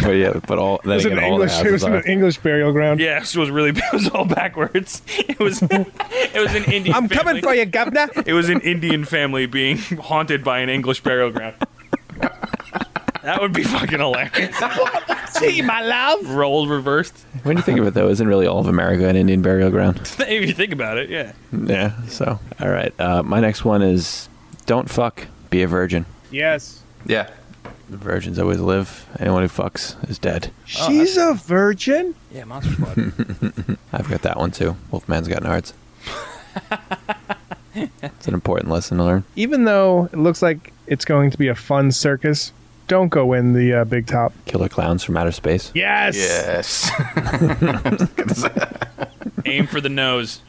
But yeah, but all then It's again, an all the English. It houses was are. an English burial ground. Yeah, it was really. It was all backwards. It was. It was an Indian. I'm coming family- for you, governor. It was an Indian family being haunted by an English burial ground. That would be fucking hilarious. See, my love. Roll reversed. When you think of it though, isn't really all of America an Indian burial ground? If you think about it, yeah. Yeah. So all right, uh, my next one is don't fuck, be a virgin. Yes. Yeah. Virgins always live. Anyone who fucks is dead. Oh, She's a virgin. Yeah, Monster Squad. I've got that one too. Wolfman's got nards. it's an important lesson to learn. Even though it looks like it's going to be a fun circus, don't go in the uh, big top. Killer clowns from outer space. Yes. Yes. Aim for the nose.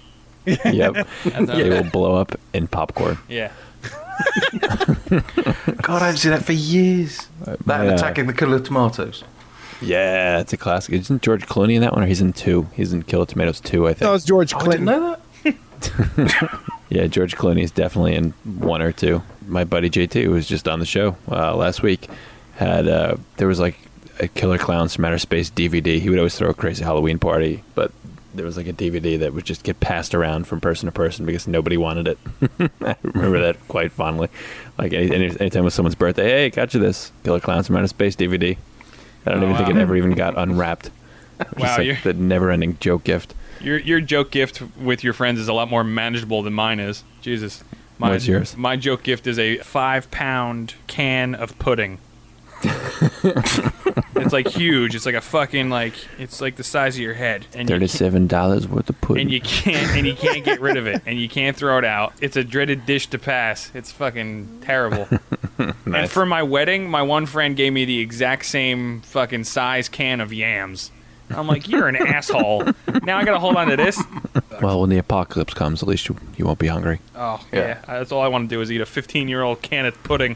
Yep. they will blow up in popcorn. Yeah. God, I haven't seen that for years. That and Yeah. attacking the killer tomatoes. Yeah, it's a classic. Isn't George Clooney in that one, or he's in two? He's in Killer Tomatoes two, I think. That was George I Clinton. didn't know that. Yeah, George Clooney's definitely in one or two. My buddy JT, who was just on the show uh, last week, had uh, there was like a Killer Clowns from Outer Space DVD. He would always throw a crazy Halloween party, but there was like a DVD that would just get passed around from person to person because nobody wanted it. I remember that quite fondly. Like any, any anytime it was someone's birthday, hey, got you this Killer Clowns from Outer Space DVD. I don't even think it ever even got unwrapped. It was Oh, Wow, just you're- like the never-ending joke gift. Your your joke gift with your friends is a lot more manageable than mine is. Jesus. My, What's yours? My joke gift is a five pound can of pudding. it's like huge. It's like a fucking like it's like the size of your head. And you Thirty-seven dollars worth of pudding. and you can't and you can't get rid of it and you can't throw it out. It's a dreaded dish to pass. It's fucking terrible. And for my wedding, my one friend gave me the exact same fucking size can of yams. I'm like, you're an asshole. Now I gotta hold on to this. well, when the apocalypse comes, at least you, you won't be hungry. Oh yeah, that's all I want to do is eat a 15 year old can of pudding.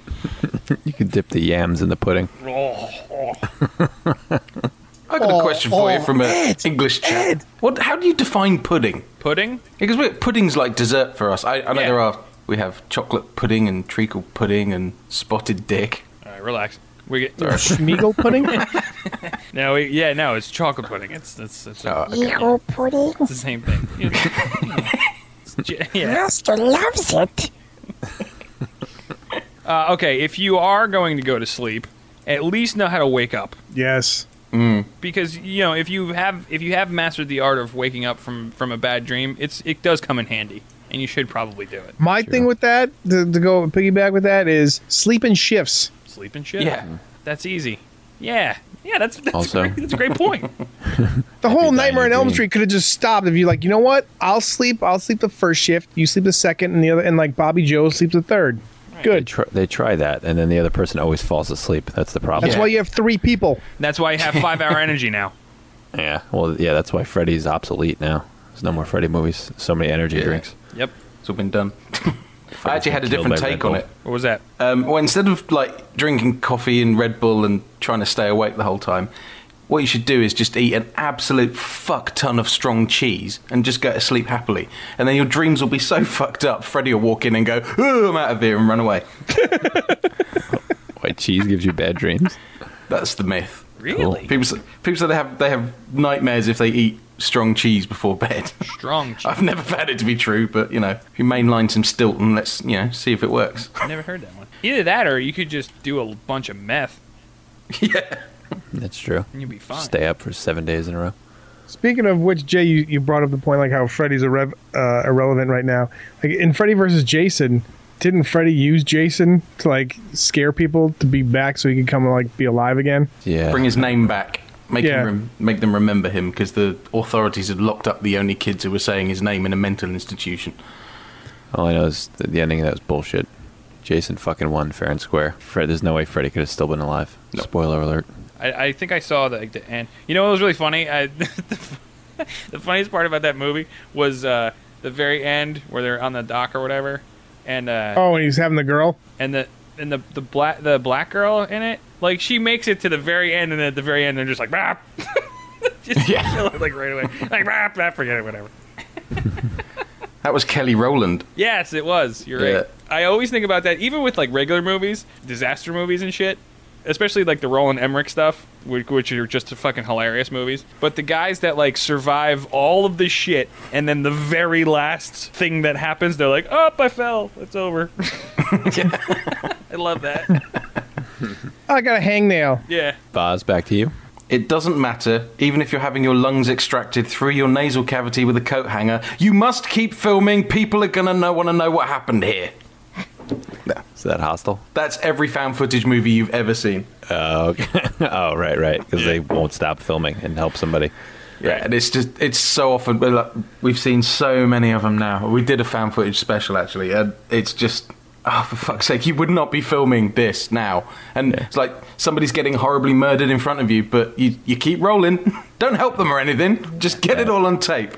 You can dip the yams in the pudding. Oh, oh. I got a question for you from an English chat. What? How do you define pudding? Pudding? Because we're, pudding's like dessert for us. I, I know Yeah. there are. We have chocolate pudding and treacle pudding and spotted dick. All right, relax. We get Schmeagle pudding? no, we, yeah, no, it's chocolate pudding. It's it's it's, Oh, okay. Eagle pudding. it's the same thing. It's j- yeah. Master loves it. Uh, okay, if you are going to go to sleep, at least know how to wake up yes. because you know if you have if you have mastered the art of waking up from from a bad dream, it's it does come in handy, and you should probably do it. My thing with that, to, to go piggyback with that, is sleep in shifts. Sleep and shit. Yeah. that's easy. Yeah, yeah, that's that's, Also- great. that's a great point. The whole dying Nightmare on to Elm dream. Street could have just stopped if you like, you know what? I'll sleep. I'll sleep the first shift. You sleep the second, and the other, and like Bobby Joe sleeps the third. They Good. try, they try that, and then the other person always falls asleep. That's the problem. That's why you have three people. That's why you have five hour energy now. Yeah. Well, yeah. That's why Freddy's obsolete now. There's no more Freddy movies. So many energy drinks. Yep. It's all been done. I actually had a Killed by different Red take on Bull. it. What was that? Um, well, instead of like drinking coffee and Red Bull and trying to stay awake the whole time, what you should do is just eat an absolute fuck ton of strong cheese and just go to sleep happily. And then your dreams will be so fucked up, Freddy will walk in and go, "Ooh, I'm out of here," and run away. Why cheese gives you bad dreams? That's the myth. Really? People say, people say they have they have nightmares if they eat strong cheese before bed. Strong. Cheese. I've never found it to be true, but you know, if you mainline some Stilton, let's you know see if it works. Never heard that one. Either that, or you could just do a bunch of meth, That's true. and you'll be fine. Stay up for seven days in a row. Speaking of which, Jay, you, you brought up the point like how Freddy's irrev- uh, irrelevant right now. Like in Freddy versus Jason, didn't Freddy use Jason to like scare people to be back so he could come and like be alive again? Yeah. Bring his name back. Make, Yeah. him rem- make them remember him because the authorities had locked up the only kids who were saying his name in a mental institution. All I know is that the ending of that was bullshit. Jason fucking won fair and square. Fred, there's no way Freddy could have still been alive. Spoiler alert. I, I think I saw the, the end. You know what was really funny? I, the, f- the funniest part about that movie was uh, the very end where they're on the dock or whatever, and uh, Oh, and he's having the girl. and the and the the black the black girl in it. Like she makes it to the very end, and at the very end they're just like rap. just kill it, like right away, like rap, rap, forget it, whatever. That was Kelly Rowland. Yes, it was. You're Yeah. right. I always think about that, even with like regular movies, disaster movies and shit. Especially like the Roland Emmerich stuff, which, which are just fucking hilarious movies. But the guys that like survive all of the shit, and then the very last thing that happens, they're like, "Up, I fell. It's over." I love that. I got a hangnail. Yeah. Boz, back to you. It doesn't matter, even if you're having your lungs extracted through your nasal cavity with a coat hanger, you must keep filming. People are going to want to know what happened here. Is that hostile? That's every found footage movie you've ever seen. Oh, okay. oh, right, right. Because they won't stop filming and help somebody. Yeah, and it's just it's so often we're like, we've seen so many of them now. We did a fan footage special actually, and it's just oh for fuck's sake, you would not be filming this now. And it's like somebody's getting horribly murdered in front of you, but you you keep rolling. Don't help them or anything. Just get it all on tape.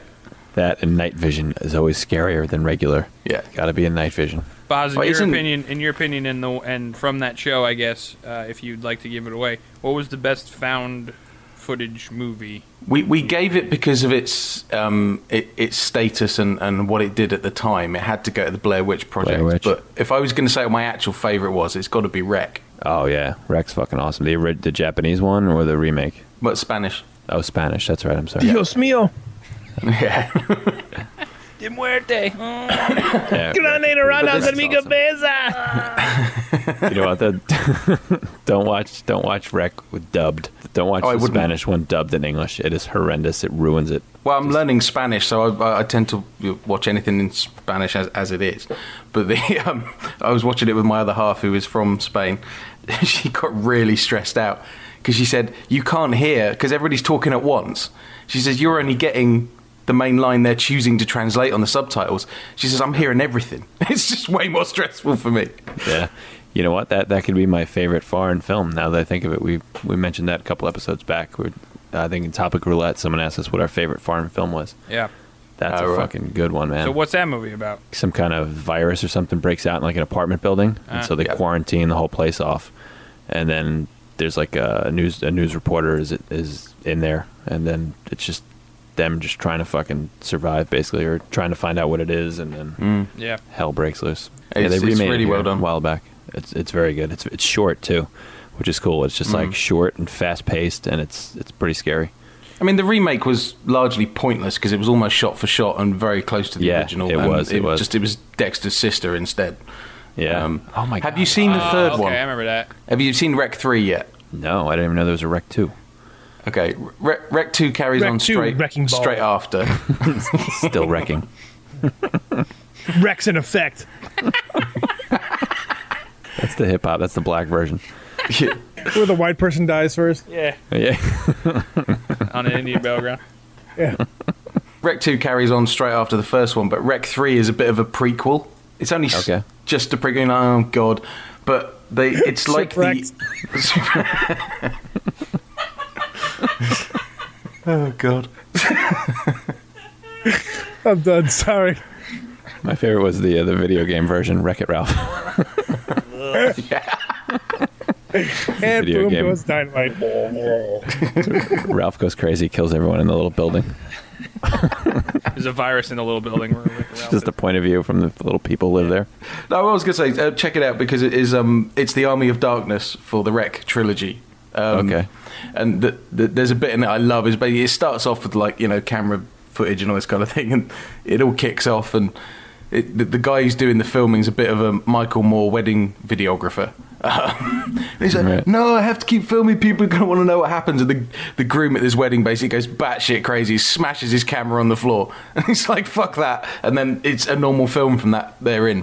That and night vision is always scarier than regular. Yeah. Got to be in night vision. Boz, in Well, your isn't- opinion, in your opinion, in the and from that show, I guess, uh, if you'd like to give it away, what was the best found footage movie? We we gave it because of its um it, its status and, and what it did at the time. It had to go to the Blair Witch Project. Blair Witch. But if I was going to say what my actual favorite was, it's got to be Wreck, Oh, yeah. Rex fucking awesome. The, ori- the Japanese one or the remake? but Spanish. Oh, Spanish. That's right. I'm sorry. Dios mío, Yeah. De muerte. Yeah, granada But rana this de is mi awesome. cabeza. you know what? The, don't watch don't watch Rec with dubbed. Don't watch Oh, I the wouldn't. Spanish one dubbed in English. It is horrendous. It ruins it. Well, I'm learning Spanish, so I- I, I tend to watch anything in Spanish as, as it is. But the um, I was watching it with my other half, who is from Spain. she got really stressed out because she said, "You can't hear because everybody's talking at once." She says, "You're only getting." The main line they're choosing to translate on the subtitles. She says, "I'm hearing everything. It's just way more stressful for me." Yeah. You know what? That that could be my favorite foreign film. Now that I think of it, we we mentioned that a couple episodes back. We, I think in Topic Roulette, someone asked us what our favorite foreign film was. Yeah. That's a Oh, right. fucking good one, man. So what's that movie about? some kind of virus or something breaks out in like an apartment building, Ah. and so they Yeah. quarantine the whole place off. And then there's like a news a news reporter is is in there, and then it's just them just trying to fucking survive basically, or trying to find out what it is, and then Yeah. hell breaks loose. It's- it's it really here well done. a while back. It's it's very good. It's it's short too, which is cool. It's just like Mhm. short and fast paced, and it's it's pretty scary. I mean, the remake was largely pointless because it was almost shot for shot and very close to the Yeah, original. it and was, it was. Just it was Dexter's sister instead. Yeah. oh my. Um, Have you seen the third Ah, okay, one? I remember that. Ah, Have you seen Rec Three yet? No, I didn't even know there was a Rec Two. Okay, Rec, Rec Two carries Rec on 2, straight Wrecking Ball. straight after. Still wrecking. Rex in effect. That's the hip hop. That's the black version. Where the white person dies first. Yeah. Yeah. On an Indian battleground. Rec Two carries on straight after the first one, but Rec Three is a bit of a prequel. It's only s- Okay. just a prequel. Oh god, but they it's like the. oh god. I'm done. Sorry. My favorite was the uh, the video game version, Wreck It Ralph. And Video boom game. goes dynamite. Ralph goes crazy, kills everyone in the little building. There's a virus in the little building where Rick It's Ralph just the point of view from the little people who live there. No, I was going to say, uh, check it out because it is um, it's the Army of Darkness for the Wreck trilogy. Um, Okay. And the, the, there's a bit in it I love. Is basically it starts off with like you know camera footage and all this kind of thing, and it all kicks off. And it, the, the guy who's doing the filming is a bit of a Michael Moore wedding videographer. Um, he's like, Right. no, I have to keep filming. People are going to want to know what happens. And the, the groom at this wedding basically goes batshit crazy, smashes his camera on the floor. And he's like, fuck that. And then it's a normal film from that therein.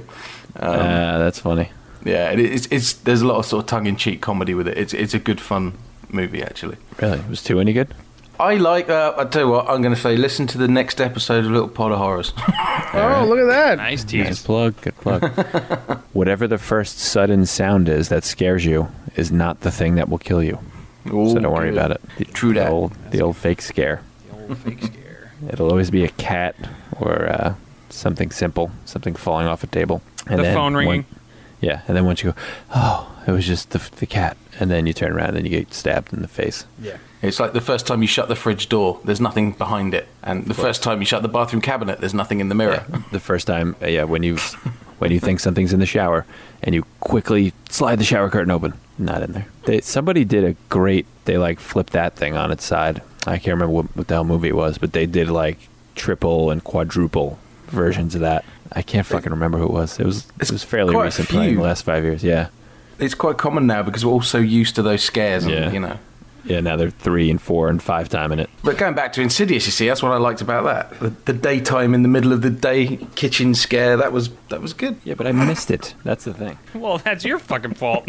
Um, Ah, that's funny. yeah, it, it's it's there's a lot of sort of tongue in cheek comedy with it. It's it's a good fun movie actually. Really, was two any good? I like. Uh, I tell you what, I'm going to say. Listen to the next episode of Little Pod of Horrors. Oh, look at that. Nice Good tease. plug. Good plug. Whatever the first sudden sound is that scares you is not the thing that will kill you. Oh, so don't worry good. about it. The, True the that. old the old fake scare. The old fake scare. It'll always be a cat or uh, something simple, something falling off a table. The then one- phone ringing. yeah, and then once you go, oh, it was just the, the cat, and then you turn around and you get stabbed in the face. Yeah. It's like the first time you shut the fridge door. There's nothing behind it, and the first time you shut the bathroom cabinet, there's nothing in the mirror. The first time, uh, yeah, when you when you think something's in the shower and you quickly slide the shower curtain open, not in there. They, somebody did a great. They like flipped that thing on its side. I can't remember what, what the hell movie it was, but they did like triple and quadruple versions of that. I can't fucking remember who it was. It was it was fairly quite a recent, probably in the few. last five years. Yeah. It's quite common now because we're all so used to those scares, and, Yeah. you know. Yeah, now they're three and four and five time in it. But going back to Insidious, you see, that's what I liked about that. The, the daytime in the middle of the day kitchen scare. That was that was good. Yeah, but I missed it. That's the thing. Well, that's your fucking fault.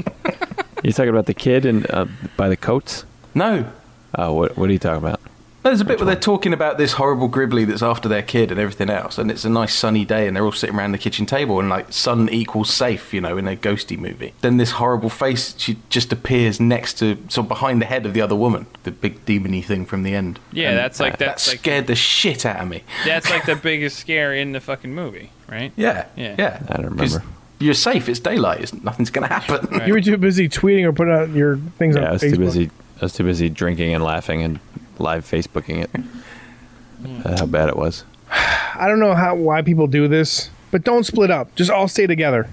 You talking about the kid and uh, by the coats? No, Oh, what what are you talking about? No, There's a bit where they're talking about this horrible gribbly that's after their kid and everything else, and it's a nice sunny day, and they're all sitting around the kitchen table, and like sun equals safe, you know, in a ghosty movie. Then this horrible face she just appears next to, so behind the head of the other woman, the big demony thing from the end. Yeah, And that's like- that- that's that like- scared the shit out of me. That's like the biggest scare in the fucking movie, right? Yeah, Yeah. yeah, I don't 'Cause remember. You're safe. It's daylight. It's, nothing's gonna happen. You were too busy tweeting or putting out your things on Yeah, I was Facebook. too busy. I was too busy drinking and laughing and live Facebooking it. Hmm. Uh, how bad it was. I don't know how why people do this, but don't split up. Just all stay together.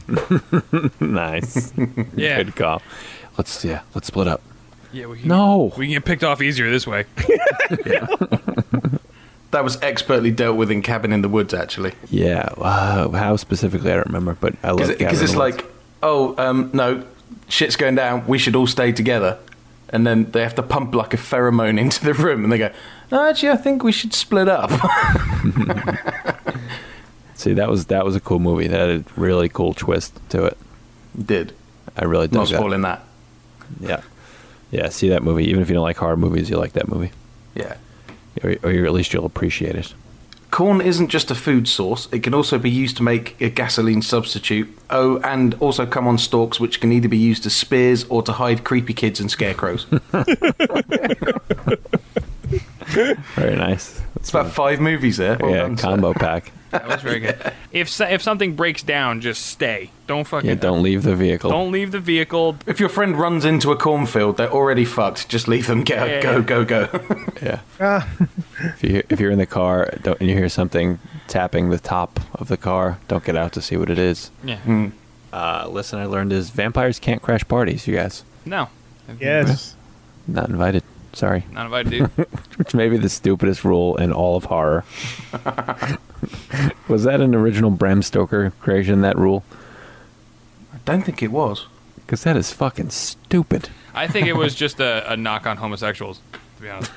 nice. Yeah. Good call. Let's yeah. Let's split up. Yeah, we can, No. We can get picked off easier this way. That was expertly dealt with in Cabin in the Woods, actually. Yeah. Uh, how specifically I don't remember, but I love because Gavin it's Lewis. like oh, um, no, shit's going down. We should all stay together. And then they have to pump like a pheromone into the room, and they go, "No, actually, I think we should split up. See, that was that was a cool movie. That had a really cool twist to it. Did I really dug Not that. spoiling that. Yeah, yeah. See that movie. Even if you don't like horror movies, you like that movie. Yeah. Or, or at least you'll appreciate it. Corn isn't just a food source, it can also be used to make a gasoline substitute. Oh, and also come on stalks, which can either be used as spears or to hide creepy kids and scarecrows. Very nice. That's it's about five movies there. Well yeah, done, sir. combo pack. That was very good. If so, if something breaks down, just stay. Don't fucking Yeah, don't leave the vehicle. don't leave the vehicle. If your friend runs into a cornfield, they're already fucked. Just leave them. Go, Yeah. go, go, go. Yeah. if you if you're in the car don't, and you hear something tapping the top of the car, don't get out to see what it is. Yeah. Uh, lesson I learned is vampires can't crash parties. You guys No. Yes. not invited. Sorry. Not if I do. Which may be the stupidest rule in all of horror. was that an original Bram Stoker creation? That rule? I don't think it was. Because that is fucking stupid. I think it was just a, a knock on homosexuals. To be honest,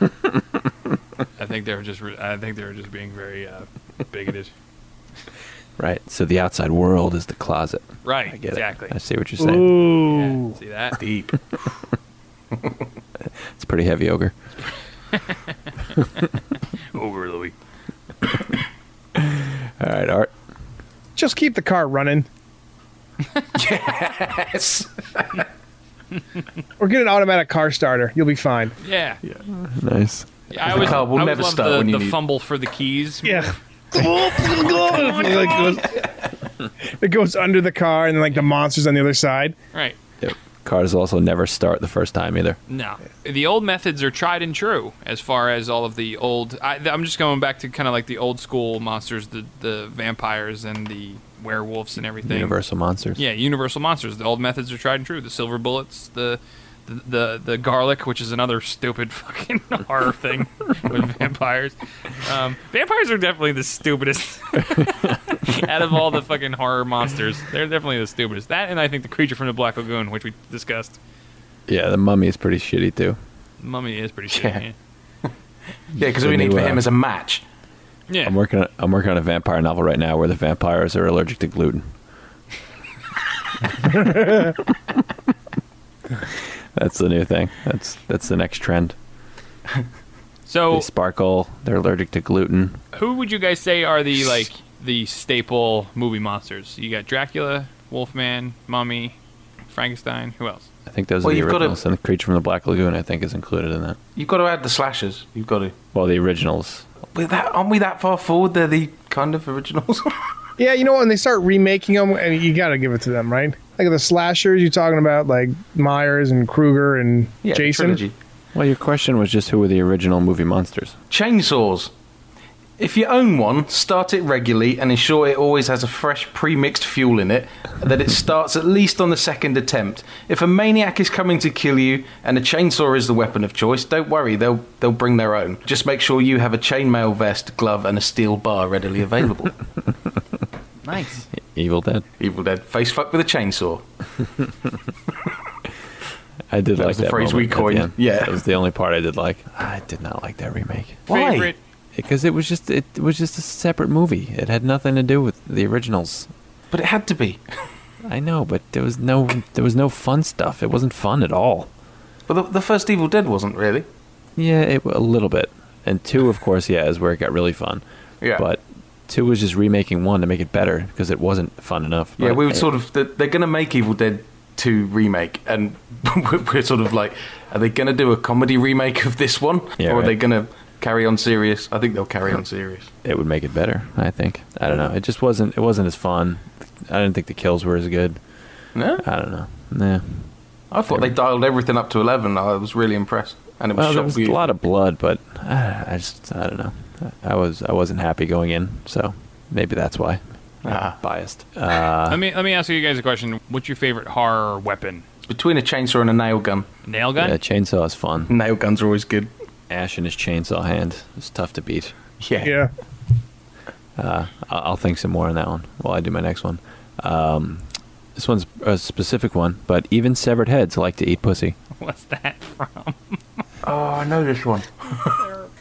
I think they were just. Re- I think they were just being very uh, bigoted. Right. So the outside world is the closet. Right. I get exactly. It. I see what you're saying. Ooh. See that? Deep. It's pretty heavy ogre. Over Louis. All right, Art. Just keep the car running. Yes. Or get an automatic car starter. You'll be fine. Yeah. Yeah. Nice. I always, car will I always never love start the, when you the need it. fumble for the keys. Yeah. Like, it, goes, it goes under the car, and then like the monsters on the other side. Right. Yep. Cars also never start the first time either. No, the old methods are tried and true as far as all of the old. I, I'm just going back to kind of like the old school monsters, the the vampires and the werewolves and everything. Universal monsters. Yeah, universal monsters. The old methods are tried and true. The silver bullets, the the the, the garlic, which is another stupid fucking horror thing with vampires. Um, vampires are definitely the stupidest out of all the fucking horror monsters. They're definitely the stupidest. That and I think the creature from the black lagoon, which we discussed. Yeah, the mummy is pretty shitty too. Mummy is pretty shitty. yeah. Yeah, because all we The need new, for him uh, is a match. Yeah. I'm working. On, I'm working on a vampire novel right now where the vampires are allergic to gluten. that's the new thing. That's that's the next trend. so, Oh. They sparkle. They're allergic to gluten. who would you guys say are the like the staple movie monsters? You got Dracula, Wolfman, Mummy, Frankenstein. Who else? I think those Well, are the you've gotta- originals. And the creature from the Black Lagoon, I think, is included in that. You've got to add the slashers. You've got to. Well, the originals. With that, aren't we that far forward? They're the kind of originals. Yeah, you know, when they start remaking them, and you got to give it to them, right? Like the slashers, you're talking about like Myers and Krueger and yeah, the Jason. trilogy. Well, your question was just who were the original movie monsters? Chainsaws. If you own one, start it regularly and ensure it always has a fresh pre mixed fuel in it, that it starts at least on the second attempt. If a maniac is coming to kill you and a chainsaw is the weapon of choice, don't worry, they'll, they'll bring their own. Just make sure you have a chainmail vest, glove, and a steel bar readily available. Nice. Evil Dead. Evil Dead, face fuck with a chainsaw. I did That like was the that phrase we moment at the coined. end. Yeah. that was the only part I did like. I did not like that remake. Why? Favorite. because it was just it was just a separate movie. It had nothing to do with the originals. But it had to be. I know, but there was no there was no fun stuff. It wasn't fun at all. But the, the first Evil Dead wasn't really. Yeah, it, a little bit. And two, of course, yeah, is where it got really fun. Yeah. But two was just remaking one to make it better because it wasn't fun enough. Yeah, But we were it- sort of. They're going to make Evil Dead 2 remake, and we're we're sort of like, are they going to do a comedy remake of this one? Yeah, or are right. they going to carry on serious? I think they'll carry on serious. it would make it better. I think. I don't know. It just wasn't. It wasn't as fun. I didn't think the kills were as good. No? I don't know. Nah. I thought they dialed everything up to 11. I was really impressed. And it was, Well, there shot was a beautiful. lot of blood, but uh, I, I just I don't know. I was I wasn't happy going in, so maybe that's why. Ah. Biased. Uh, let me let me ask you guys a question. What's your favorite horror weapon? It's between a chainsaw and a nail gun. Nail gun. yeah, chainsaw is fun. Nail guns are always good. Ash in his chainsaw hand is tough to beat. Yeah. Yeah. I- I'll think some more on that one while I do my next one. Um, this one's a specific one, but even severed heads like to eat pussy. What's that from? Oh, I know this one.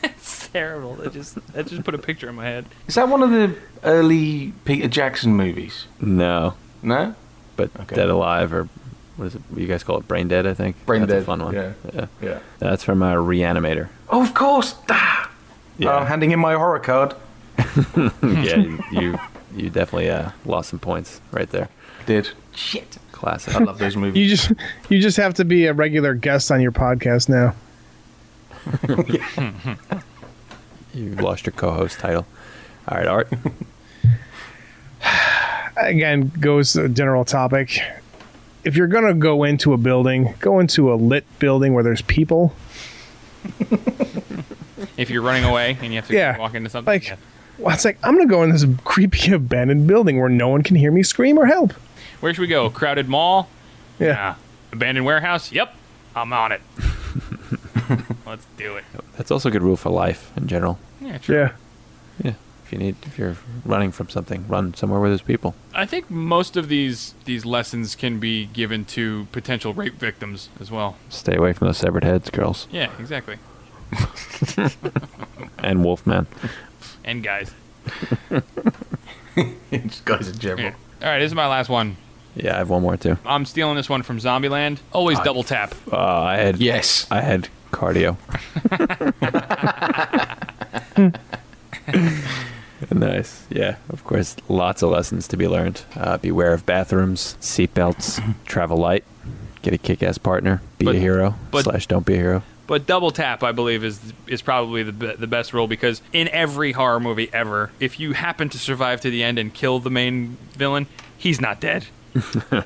it's terrible. That just that just put a picture in my head. Is that one of the early Peter Jackson movies? No. No. But Dead Alive or what is it? You guys call it Brain Dead, I think. Brain That's Dead, A fun one. yeah, Yeah. yeah. That's from uh, Reanimator. Oh, of course. Ah. Yeah. I'm handing in my horror card. yeah, you- you you definitely uh, lost some points right there. Did shit. Classic. I love those movies. You just you just have to be a regular guest on your podcast now. You've lost your co-host title. All right, Art. Again, goes to a general topic. If you're gonna go into a building, go into a lit building where there's people. If you're running away and you have to Yeah. walk into something, Like, well, it's like I'm gonna go in this creepy abandoned building where no one can hear me scream or help. where should we go? Crowded mall? Ah. Yeah. Abandoned warehouse? Yep. I'm on it. Let's do it. That's also a good rule for life in general. Yeah, Yeah. Yeah. If you need, if you're running from something, run somewhere where there's people. I think most of these these lessons can be given to potential rape victims as well. Stay away from those severed heads, girls. Yeah, exactly. and Wolfman. And guys. guys in general. All right, this is my last one. Yeah, I have one more too. I'm stealing this one from Zombieland. Always I- double tap. Uh, I had yes. I had cardio. nice. Yeah. Of course, lots of lessons to be learned. Uh, beware of bathrooms, seatbelts, travel light, get a kick-ass partner, be But- a hero but- slash don't be a hero. But double tap, I believe, is is probably the be- the best rule because in every horror movie ever, if you happen to survive to the end and kill the main villain, he's not dead.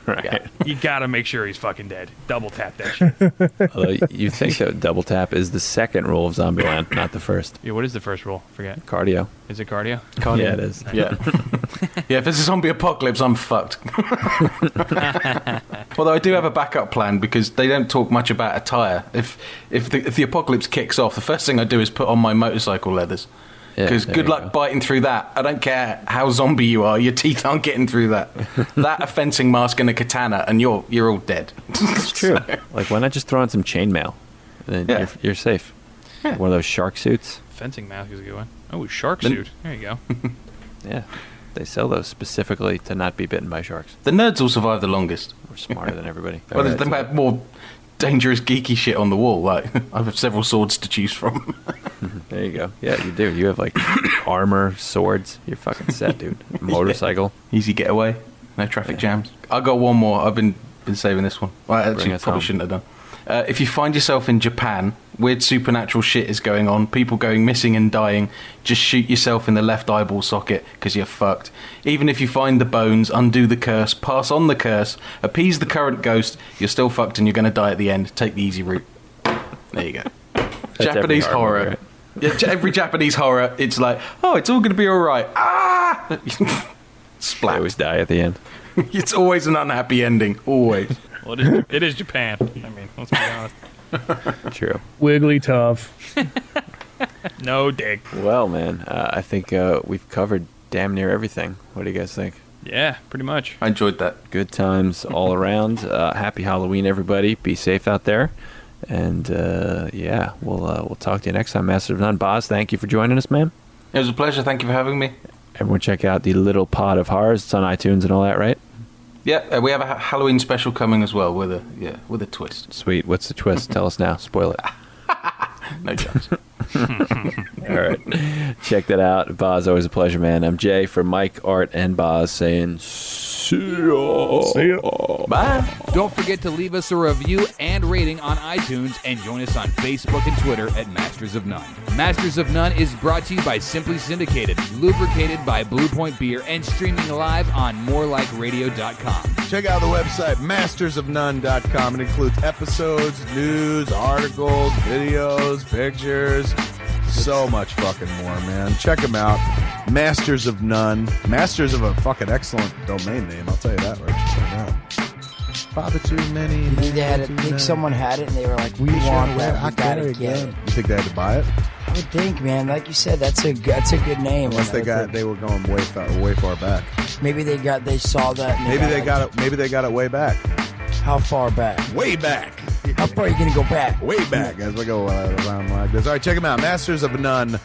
right. You gotta make sure he's fucking dead. Double tap that shit. Although Uh, you think that double tap is the second rule of Zombieland, not the first. Yeah, what is the first rule? Forget. Cardio. Is it cardio? Yeah, it is. Yeah. yeah, if it's a zombie apocalypse, I'm fucked. Although I do have a backup plan because they don't talk much about attire. If if the, if the apocalypse kicks off, the first thing I do is put on my motorcycle leathers. Yeah, Because there good you luck biting through that. I don't care how zombie you are, your teeth aren't getting through that. that a fencing mask and a katana, and you're you're all dead. It's true. Like, why not just throw on some chainmail? Then Yeah. you're, you're safe. Yeah. One of those shark suits. Fencing mask is a good one. Oh, shark Then- suit. There you go. Yeah. They sell those specifically to not be bitten by sharks. The nerds will survive the longest. We're smarter than everybody. Well, there's the ma- more dangerous geeky shit on the wall. Like I have several swords to choose from. There you go. Yeah, you do. You have like armor, swords. You're fucking set, dude. Motorcycle. Easy getaway. No traffic jams. I got one more. I've been been saving this one. Well, I actually us probably home. shouldn't have done. Uh, if you find yourself in Japan, weird supernatural shit is going on. People going missing and dying. Just shoot yourself in the left eyeball socket because you're fucked. Even if you find the bones, undo the curse, pass on the curse, appease the current ghost, you're still fucked and you're going to die at the end. Take the easy route. There you go. That's every Japanese horror horror. Yeah, j- every Japanese horror, it's like, oh, it's all going to be all right. Ah! Splat. always die at the end. it's always an unhappy ending. Always. Well, it is, it is Japan. I mean, let's be honest. True. Wiggly tough. No dig. Well, man, uh, I think uh, we've covered damn near everything. What do you guys think? Yeah, pretty much. I enjoyed that. Good times all around. Uh, happy Halloween, everybody. Be safe out there. And uh, yeah, we'll uh, we'll talk to you next time, Master of None. Boz, thank you for joining us, man. It was a pleasure. Thank you for having me. Everyone, check out the Little Pot of Horrors. It's on iTunes and all that, right? Yeah, uh, we have a ha- Halloween special coming as well with a yeah with a twist. Sweet. What's the twist? Tell us now. Spoil it. No chance. All right. Check that out. Boz, always a pleasure, man. I'm Jay for Mike, Art, and Boz saying, see ya. See Bye. Don't forget to leave us a review and rating on iTunes and join us on Facebook and Twitter at Masters of None. Masters of None is brought to you by Simply Syndicated, lubricated by Blue Point Beer, and streaming live on morelikeradio.com. Check out the website, mastersofnone.com. It includes episodes, news, articles, videos, pictures, so much fucking more, man. Check them out. Masters of None. Masters of a fucking excellent domain name, I'll tell you that right now. Father too many. They had it, I think someone had it, and they were like, "We Pretty sure want I that. We got it again. You think they had to buy it? I would think, man. Like you said, that's a g- that's a good name. Unless they got, they were going way far, way far back. Maybe they got, they saw that. And Maybe they like, got it. Maybe they got it way back. How far back? Way back. How far are you gonna go back? Way back. As we go uh, around like this. All right, check them out. Mastersofnone.com.